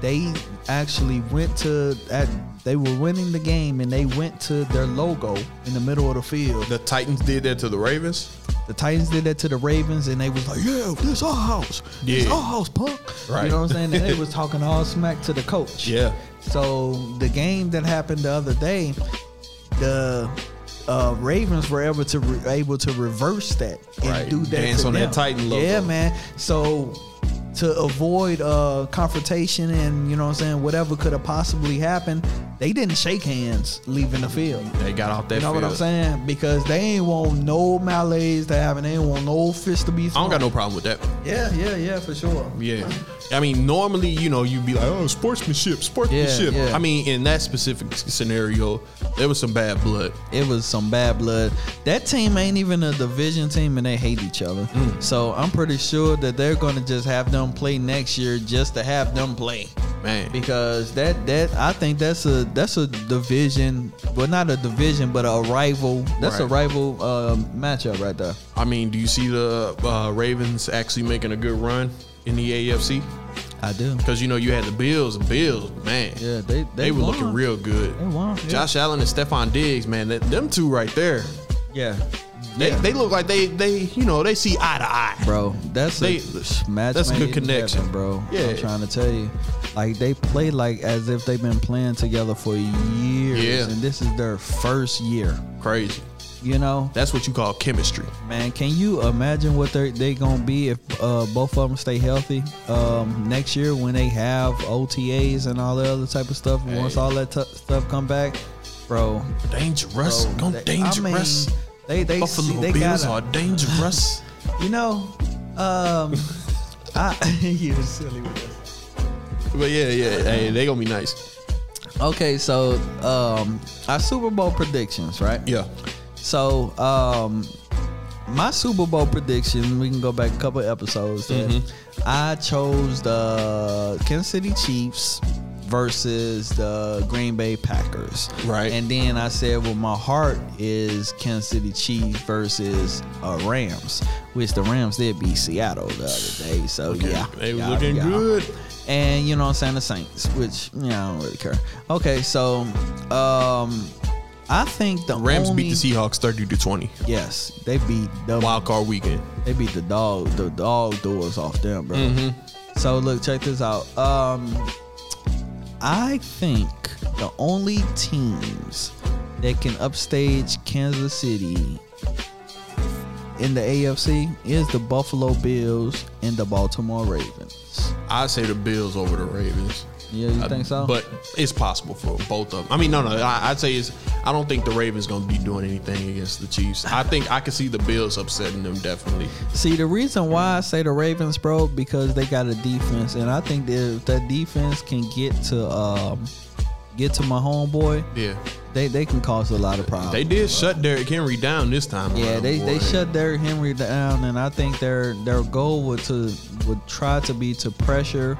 [SPEAKER 2] They actually went to at they were winning the game and they went to their logo in the middle of the field.
[SPEAKER 1] The Titans did that to the Ravens.
[SPEAKER 2] The Titans did that to the Ravens and they was like, Yeah, this our house. This
[SPEAKER 1] Yeah.
[SPEAKER 2] our house, punk.
[SPEAKER 1] Right.
[SPEAKER 2] You know what I'm saying? And they was talking all smack to the coach.
[SPEAKER 1] Yeah.
[SPEAKER 2] So the game that happened the other day, the uh, Ravens were able to re- able to reverse that and
[SPEAKER 1] Right.
[SPEAKER 2] do that
[SPEAKER 1] Dance
[SPEAKER 2] to
[SPEAKER 1] on that
[SPEAKER 2] them.
[SPEAKER 1] Titan logo.
[SPEAKER 2] Yeah, man. So to avoid uh, confrontation and you know what I'm saying, whatever could have possibly happened, They didn't shake hands leaving the field.
[SPEAKER 1] They got off that
[SPEAKER 2] You know
[SPEAKER 1] field.
[SPEAKER 2] what I'm saying? Because they ain't want no malaise to happen. They ain't want no fist to
[SPEAKER 1] I
[SPEAKER 2] be.
[SPEAKER 1] don't got no problem with that.
[SPEAKER 2] Yeah, yeah, yeah, for sure.
[SPEAKER 1] Yeah. I mean, normally, you know, you'd be like, oh, sportsmanship, sportsmanship.
[SPEAKER 2] yeah.
[SPEAKER 1] I mean, in that specific scenario, there was some bad blood.
[SPEAKER 2] It was some bad blood. That team ain't even a division team, and they hate each other.
[SPEAKER 1] Mm.
[SPEAKER 2] So I'm pretty sure that they're going to just have them play next year, just to have them play.
[SPEAKER 1] Man.
[SPEAKER 2] because that that I think that's a that's a division, well not a division, but a rival. That's a
[SPEAKER 1] Right.
[SPEAKER 2] rival uh, matchup right there.
[SPEAKER 1] I mean, do you see the uh, Ravens actually making a good run in the AFC?
[SPEAKER 2] I do.
[SPEAKER 1] Because, you know, you had the Bills, and Bills, man.
[SPEAKER 2] Yeah, they they,
[SPEAKER 1] They, were
[SPEAKER 2] won.
[SPEAKER 1] looking real good.
[SPEAKER 2] They won. Yeah.
[SPEAKER 1] Josh Allen and Stephon Diggs, man, that, them two right there.
[SPEAKER 2] Yeah,
[SPEAKER 1] They,
[SPEAKER 2] Yeah.
[SPEAKER 1] they look like they they you know they see eye to eye.
[SPEAKER 2] bro. That's
[SPEAKER 1] They-
[SPEAKER 2] a match.
[SPEAKER 1] that's a
[SPEAKER 2] made
[SPEAKER 1] good
[SPEAKER 2] in
[SPEAKER 1] connection.
[SPEAKER 2] heaven, bro.
[SPEAKER 1] Yeah.
[SPEAKER 2] I'm trying to tell you, like they play like as if they've been playing together for years,
[SPEAKER 1] Yeah.
[SPEAKER 2] and this is their first year.
[SPEAKER 1] Crazy.
[SPEAKER 2] You know,
[SPEAKER 1] That's what you call chemistry.
[SPEAKER 2] Man, can you imagine what they they gonna be if uh, both of them stay healthy um, next year when they have OTAs and all that other type of stuff? and Once
[SPEAKER 1] Hey.
[SPEAKER 2] all that t- stuff come back, bro,
[SPEAKER 1] Dangerous.
[SPEAKER 2] bro,
[SPEAKER 1] Gone
[SPEAKER 2] they- I
[SPEAKER 1] dangerous.
[SPEAKER 2] mean, they they
[SPEAKER 1] Buffalo
[SPEAKER 2] they
[SPEAKER 1] Bills
[SPEAKER 2] gotta-
[SPEAKER 1] are dangerous.
[SPEAKER 2] you know, um, I you're silly with this.
[SPEAKER 1] but yeah, yeah. Hey, they gonna be nice.
[SPEAKER 2] Okay, so um, our Super Bowl predictions, right?
[SPEAKER 1] Yeah.
[SPEAKER 2] So, um, my Super Bowl prediction, we can go back a couple episodes. That
[SPEAKER 1] Mm-hmm.
[SPEAKER 2] I chose the Kansas City Chiefs versus the Green Bay Packers.
[SPEAKER 1] Right.
[SPEAKER 2] And then I said, well, my heart is Kansas City Chiefs versus uh, Rams, which the Rams did beat Seattle the other day. So, yeah.
[SPEAKER 1] They was
[SPEAKER 2] Yeah,
[SPEAKER 1] looking
[SPEAKER 2] yeah.
[SPEAKER 1] good.
[SPEAKER 2] And, you know what I'm saying? The Saints, which, you know, I don't really care. Okay, so, um, I think the
[SPEAKER 1] Rams
[SPEAKER 2] only,
[SPEAKER 1] beat the Seahawks thirty to twenty.
[SPEAKER 2] Yes, they beat the
[SPEAKER 1] Wild card weekend.
[SPEAKER 2] they beat the dog the dog doors off them, bro.
[SPEAKER 1] Mm-hmm.
[SPEAKER 2] So look, check this out. Um, I think the only teams that can upstage Kansas City in the AFC is the Buffalo Bills and the Baltimore Ravens.
[SPEAKER 1] I say the Bills over the Ravens.
[SPEAKER 2] Yeah, you think so?
[SPEAKER 1] Uh, But it's possible for both of them. I mean, no, no. I, I'd say it's. I don't think the Ravens gonna be doing anything against the Chiefs. I think I can see the Bills upsetting them definitely.
[SPEAKER 2] See, the reason why I say the Ravens, bro, because they got a defense, and I think that if that defense can get to um, get to my homeboy,
[SPEAKER 1] Yeah.
[SPEAKER 2] they they can cause a lot of problems.
[SPEAKER 1] They did shut Derrick Henry down this time.
[SPEAKER 2] Yeah,
[SPEAKER 1] around,
[SPEAKER 2] they, they
[SPEAKER 1] boy.
[SPEAKER 2] shut Derrick Henry down, and I think their their goal would to would try to be to pressure,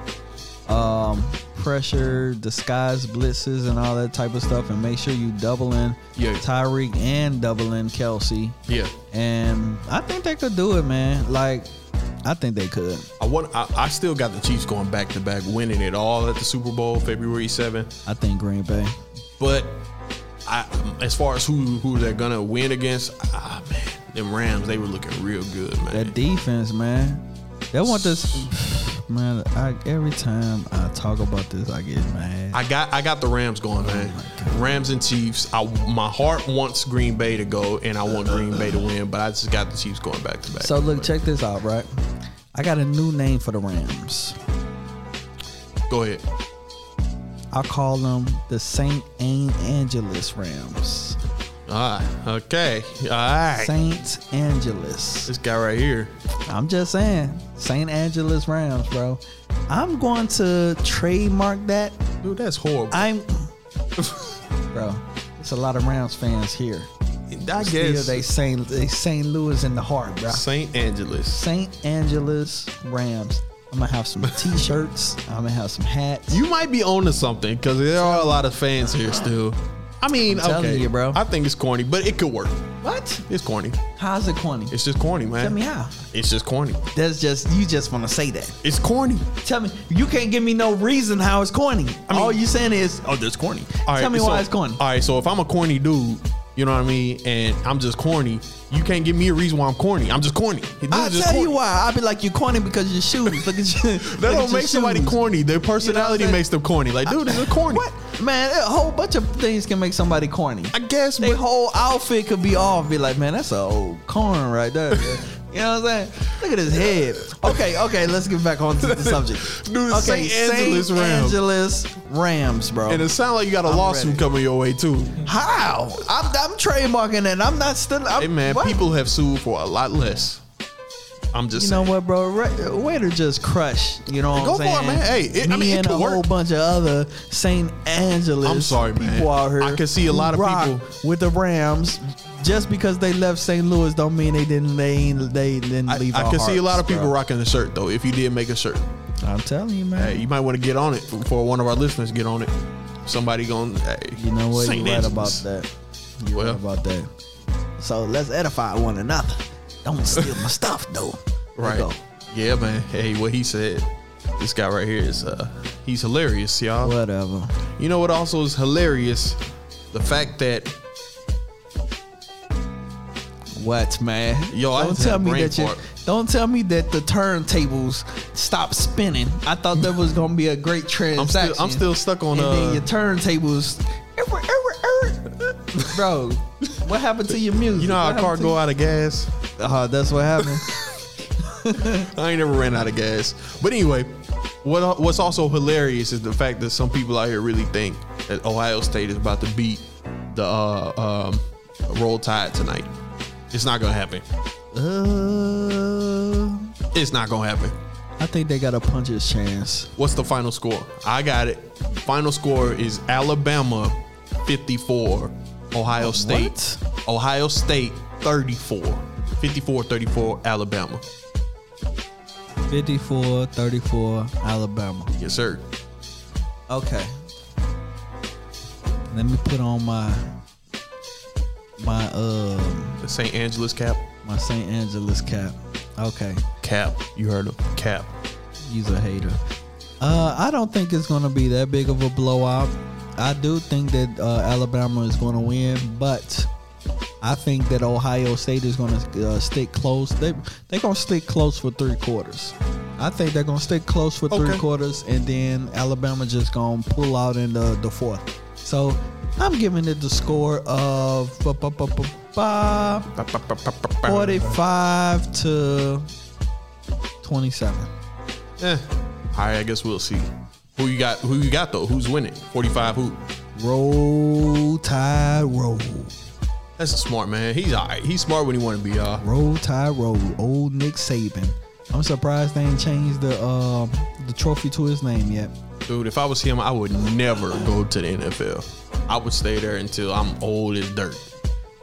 [SPEAKER 2] um, pressure disguise blitzes and all that type of stuff, and make sure you doubling
[SPEAKER 1] Yeah.
[SPEAKER 2] Tyreek and doubling Kelsey.
[SPEAKER 1] Yeah.
[SPEAKER 2] And I think they could do it, man. Like, I think they could.
[SPEAKER 1] I want. I, I still got the Chiefs going back to back, winning it all at the Super Bowl, February seventh.
[SPEAKER 2] I think Green Bay.
[SPEAKER 1] But I, as far as who who they're gonna win against, ah man, them Rams they were looking real good, man.
[SPEAKER 2] That defense, man. They want this, man. I, every time I talk about this, I get mad.
[SPEAKER 1] I got I got the Rams going, man. Rams and Chiefs. I my heart wants Green Bay to go, and I want Green Bay to win, but I just got the Chiefs going back to back.
[SPEAKER 2] So look, check this out, right? I got a new name for the Rams.
[SPEAKER 1] go ahead.
[SPEAKER 2] I call them the Saint Ain Angeles Rams.
[SPEAKER 1] All right, okay, all right.
[SPEAKER 2] Saint Angeles.
[SPEAKER 1] This guy right here.
[SPEAKER 2] I'm just saying, Saint Angeles Rams, bro. I'm going to trademark that.
[SPEAKER 1] Dude, that's horrible. I,
[SPEAKER 2] I'm, bro. It's a lot of Rams fans here. Still,
[SPEAKER 1] guess
[SPEAKER 2] they Saint they Saint Louis in the heart, bro.
[SPEAKER 1] St. Angeles.
[SPEAKER 2] Saint Angeles Rams. I'm gonna have some T-shirts. I'm gonna have some hats.
[SPEAKER 1] You might be onto something because there are a lot of fans here still. I mean,
[SPEAKER 2] I'm telling
[SPEAKER 1] okay,
[SPEAKER 2] you, bro.
[SPEAKER 1] I think it's corny, but it could work.
[SPEAKER 2] What?
[SPEAKER 1] It's corny.
[SPEAKER 2] How's it corny?
[SPEAKER 1] It's just corny, man.
[SPEAKER 2] Tell me how.
[SPEAKER 1] It's just corny.
[SPEAKER 2] That's just you just want to say that.
[SPEAKER 1] It's corny.
[SPEAKER 2] Tell me you can't give me no reason how it's corny.
[SPEAKER 1] mean-
[SPEAKER 2] all you saying is
[SPEAKER 1] Oh, that's corny.
[SPEAKER 2] Tell me why it's corny.
[SPEAKER 1] All right, so uh, if I'm a corny dude, you know what I mean, and I'm just corny, you can't give me a reason why I'm corny. I'm just corny. This is
[SPEAKER 2] I'll
[SPEAKER 1] just
[SPEAKER 2] tell you
[SPEAKER 1] corny.
[SPEAKER 2] why. I'll be like you corny because of your shoes. Look at you.
[SPEAKER 1] That don't make somebody corny. Their personality
[SPEAKER 2] saying?
[SPEAKER 1] makes them corny. Like, dude, this is corny.
[SPEAKER 2] What man? A whole bunch of things can make somebody corny.
[SPEAKER 1] I guess,
[SPEAKER 2] Their
[SPEAKER 1] but
[SPEAKER 2] whole outfit could be off. Be like, man, that's a old corn right there. You know what I'm saying? Look at his head. Okay, okay, let's get back on to the subject.
[SPEAKER 1] Dude,
[SPEAKER 2] okay,
[SPEAKER 1] St. Angeles Rams.
[SPEAKER 2] Angeles Rams, bro.
[SPEAKER 1] And it sounds like you got a lawsuit
[SPEAKER 2] ready.
[SPEAKER 1] coming your way too.
[SPEAKER 2] How? I'm, I'm trademarking it. I'm not still. I'm,
[SPEAKER 1] Hey man,
[SPEAKER 2] what?
[SPEAKER 1] people have sued for a lot less. I'm just
[SPEAKER 2] You know
[SPEAKER 1] saying.
[SPEAKER 2] what, bro? Re- Way to just crush. You know what
[SPEAKER 1] Go
[SPEAKER 2] I'm
[SPEAKER 1] for
[SPEAKER 2] saying?
[SPEAKER 1] it, man. Hey, it- I
[SPEAKER 2] me
[SPEAKER 1] mean, it
[SPEAKER 2] and
[SPEAKER 1] could
[SPEAKER 2] a
[SPEAKER 1] work.
[SPEAKER 2] whole bunch of other St. Angeles.
[SPEAKER 1] I'm sorry, man.
[SPEAKER 2] People out here.
[SPEAKER 1] I can see a lot of
[SPEAKER 2] who rock
[SPEAKER 1] people-
[SPEAKER 2] with the Rams. Just because they left St. Louis, don't mean they didn't. They ain't, they didn't
[SPEAKER 1] I,
[SPEAKER 2] leave.
[SPEAKER 1] I
[SPEAKER 2] our
[SPEAKER 1] can see a lot of
[SPEAKER 2] hearts,
[SPEAKER 1] people
[SPEAKER 2] bro.
[SPEAKER 1] rocking the shirt though. If you did make a shirt,
[SPEAKER 2] I'm telling you, man.
[SPEAKER 1] hey, you might want to get on it before one of our listeners get on it. Somebody going, hey,
[SPEAKER 2] You know what?
[SPEAKER 1] St.
[SPEAKER 2] You're right
[SPEAKER 1] Angeles.
[SPEAKER 2] about that. You're
[SPEAKER 1] Well.
[SPEAKER 2] right about that. So let's edify one another. Don't steal my stuff, though. Here we
[SPEAKER 1] Right.
[SPEAKER 2] go.
[SPEAKER 1] Yeah, man. Hey, what he said. This guy right here is uh he's hilarious, y'all.
[SPEAKER 2] Whatever.
[SPEAKER 1] You know what also is hilarious? The fact that
[SPEAKER 2] What man?
[SPEAKER 1] Yo, I
[SPEAKER 2] don't
[SPEAKER 1] just had
[SPEAKER 2] tell
[SPEAKER 1] a
[SPEAKER 2] me
[SPEAKER 1] brain
[SPEAKER 2] that you
[SPEAKER 1] fart.
[SPEAKER 2] don't tell me that the turntables stopped spinning. I thought that was gonna be a great transaction.
[SPEAKER 1] I'm still I'm still stuck on
[SPEAKER 2] and then your
[SPEAKER 1] uh
[SPEAKER 2] turntables, err, err, err. bro. What happened to your music?
[SPEAKER 1] you know how
[SPEAKER 2] What
[SPEAKER 1] a car
[SPEAKER 2] happened to
[SPEAKER 1] go out of gas?
[SPEAKER 2] your- Uh, that's what happened.
[SPEAKER 1] I ain't never ran out of gas. But anyway, what what's also hilarious is the fact that some people out here really think that Ohio State is about to beat the uh, um, Roll Tide tonight. It's not gonna happen.
[SPEAKER 2] uh,
[SPEAKER 1] It's not gonna happen.
[SPEAKER 2] I think they got a puncher's chance.
[SPEAKER 1] What's the final score? I got it. Final score is Alabama 54, Ohio State. Ohio State 34. 54-34 Alabama.
[SPEAKER 2] 54-34 Alabama.
[SPEAKER 1] Yes, sir.
[SPEAKER 2] Okay. Let me put on my my um.
[SPEAKER 1] The St. Angeles cap.
[SPEAKER 2] My St. Angeles cap. Okay,
[SPEAKER 1] Cap. You heard him. Cap.
[SPEAKER 2] he's a hater. Uh, I don't think it's going to be that big of a blowout. I do think that uh, Alabama is going to win, but I think that Ohio State is going to uh, stick close. They they're going to stick close for three quarters. I think they're going to stick close for three
[SPEAKER 1] Okay.
[SPEAKER 2] quarters, and then Alabama just going to pull out in the, the fourth. So I'm giving it the score of ba- ba- ba- ba- ba- 45 to 27.
[SPEAKER 1] Eh. All right, I guess we'll see. Who you got? Who you got though? Who's winning? Forty-five. Who?
[SPEAKER 2] Roll tide roll.
[SPEAKER 1] That's a smart man. He's all right. He's smart when he want to be. uh, Y'all.
[SPEAKER 2] Roll tide roll. Old Nick Saban. I'm surprised they ain't changed the uh, the trophy to his name yet.
[SPEAKER 1] Dude, if I was him, I would never go to the NFL. I would stay there until I'm old as dirt.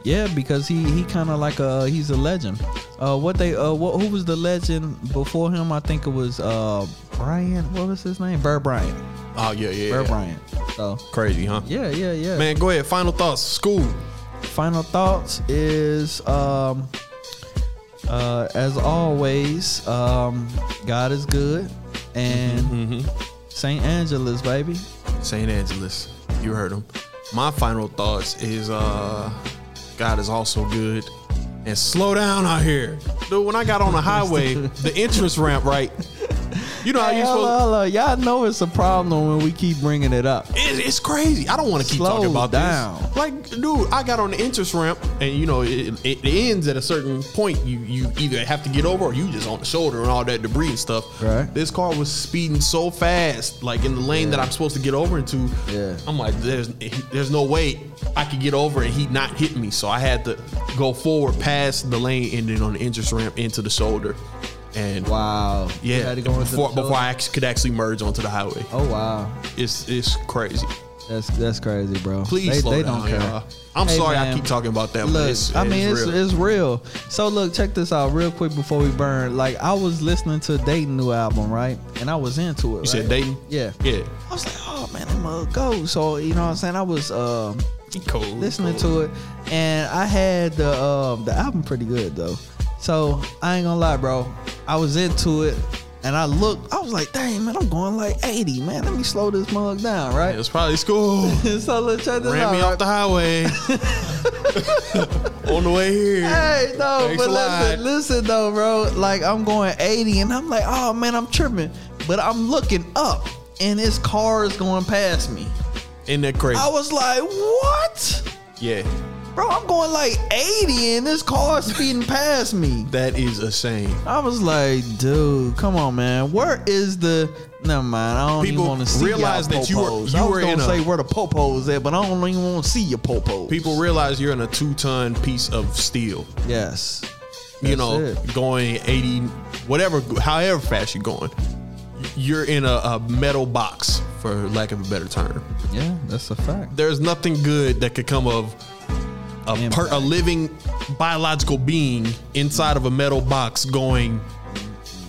[SPEAKER 2] Yeah, because he he kind of like a he's a legend. Uh, what they uh, what who was the legend before him? I think it was uh Brian. What was his name? Burr Bryant.
[SPEAKER 1] Oh yeah, yeah.
[SPEAKER 2] Burr
[SPEAKER 1] yeah.
[SPEAKER 2] Bryant. So
[SPEAKER 1] Crazy, huh?
[SPEAKER 2] yeah, yeah, yeah.
[SPEAKER 1] Man, go ahead. Final thoughts. School.
[SPEAKER 2] final thoughts is um, uh, as always um, god is good and
[SPEAKER 1] Mm-hmm,
[SPEAKER 2] st angeles baby
[SPEAKER 1] St. Angeles. You heard him. My final thoughts is uh God is also good. And slow down out here. Dude, when I got on the highway, the entrance ramp, right? You know how
[SPEAKER 2] Hey,
[SPEAKER 1] you
[SPEAKER 2] hello,
[SPEAKER 1] supposed
[SPEAKER 2] hello. y'all know it's a problem when we keep bringing it up
[SPEAKER 1] it, it's crazy. I don't want to keep
[SPEAKER 2] Slow
[SPEAKER 1] talking about
[SPEAKER 2] down.
[SPEAKER 1] this. Like, dude, I got on the entrance ramp, and you know it, it, it ends at a certain point. You you either have to get over, or you just on the shoulder and all that debris and stuff.
[SPEAKER 2] Right.
[SPEAKER 1] This car was speeding so fast, like in the lane that I'm supposed to get over into.
[SPEAKER 2] Yeah.
[SPEAKER 1] I'm like, there's there's no way I could get over and he not hit me. So I had to go forward past the lane, and then on the entrance ramp into the shoulder. And
[SPEAKER 2] wow You
[SPEAKER 1] yeah,
[SPEAKER 2] had to go into the
[SPEAKER 1] before, before
[SPEAKER 2] shoulder.
[SPEAKER 1] I actually could actually merge onto the highway.
[SPEAKER 2] oh wow
[SPEAKER 1] It's it's crazy.
[SPEAKER 2] that's that's crazy bro
[SPEAKER 1] Please
[SPEAKER 2] they,
[SPEAKER 1] slow
[SPEAKER 2] they
[SPEAKER 1] down,
[SPEAKER 2] don't care
[SPEAKER 1] y'all. I'm
[SPEAKER 2] Hey,
[SPEAKER 1] sorry I
[SPEAKER 2] man.
[SPEAKER 1] keep talking about that. but
[SPEAKER 2] Look,
[SPEAKER 1] it's,
[SPEAKER 2] I mean, it's,
[SPEAKER 1] real.
[SPEAKER 2] it's real. So look, check this out real quick before we burn. Like I was listening to Dayton new album, right? And I was into it.
[SPEAKER 1] you said Dayton.
[SPEAKER 2] Yeah.
[SPEAKER 1] yeah.
[SPEAKER 2] I was like, oh man, I'm gonna go. So you know what I'm saying? I was um
[SPEAKER 1] He cold.
[SPEAKER 2] listening to it, and I had the um the album pretty good though. So I ain't gonna lie, bro. I was into it, and I looked. I was like, dang man, I'm going like 80, man. Let me slow this mug down,
[SPEAKER 1] It
[SPEAKER 2] right?
[SPEAKER 1] was probably school.
[SPEAKER 2] so let's check this
[SPEAKER 1] Ran
[SPEAKER 2] out.
[SPEAKER 1] me
[SPEAKER 2] right?
[SPEAKER 1] off the highway on the way here.
[SPEAKER 2] Hey, no,
[SPEAKER 1] Thanks
[SPEAKER 2] but
[SPEAKER 1] a lot.
[SPEAKER 2] listen, listen though, bro. Like I'm going 80 and I'm like, oh man, I'm tripping. But I'm looking up and this car is going past me.
[SPEAKER 1] Isn't that crazy?
[SPEAKER 2] I was like, what?
[SPEAKER 1] yeah.
[SPEAKER 2] Bro, I'm going like 80 and this car speeding past me.
[SPEAKER 1] That is a shame.
[SPEAKER 2] I was like, dude, come on, man. Where is the? Never mind. I don't
[SPEAKER 1] People
[SPEAKER 2] even want to see
[SPEAKER 1] realize
[SPEAKER 2] y'all
[SPEAKER 1] that you were-
[SPEAKER 2] popos.
[SPEAKER 1] you
[SPEAKER 2] I was
[SPEAKER 1] were
[SPEAKER 2] gonna
[SPEAKER 1] in a-
[SPEAKER 2] say where the popos at, but I don't even want to see your popos.
[SPEAKER 1] People realize you're in a two ton piece of steel.
[SPEAKER 2] yes,
[SPEAKER 1] you
[SPEAKER 2] That's
[SPEAKER 1] know,
[SPEAKER 2] it.
[SPEAKER 1] going 80, whatever, however fast you're going, you're in a, a metal box, for lack of a better term.
[SPEAKER 2] yeah, that's a fact.
[SPEAKER 1] There's nothing good that could come of a, per, a
[SPEAKER 2] Impact.
[SPEAKER 1] living biological being inside of a metal box going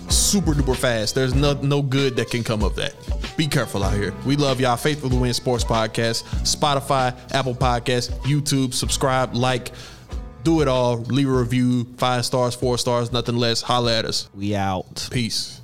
[SPEAKER 1] super duper fast. There's no, no good that can come of that. Be careful out here. We love y'all. Faithful to Win Sports Podcast, Spotify, Apple Podcasts, YouTube. Subscribe, like, do it all. Leave a review. Five stars, four stars, nothing less. Holla at us.
[SPEAKER 2] We out.
[SPEAKER 1] Peace.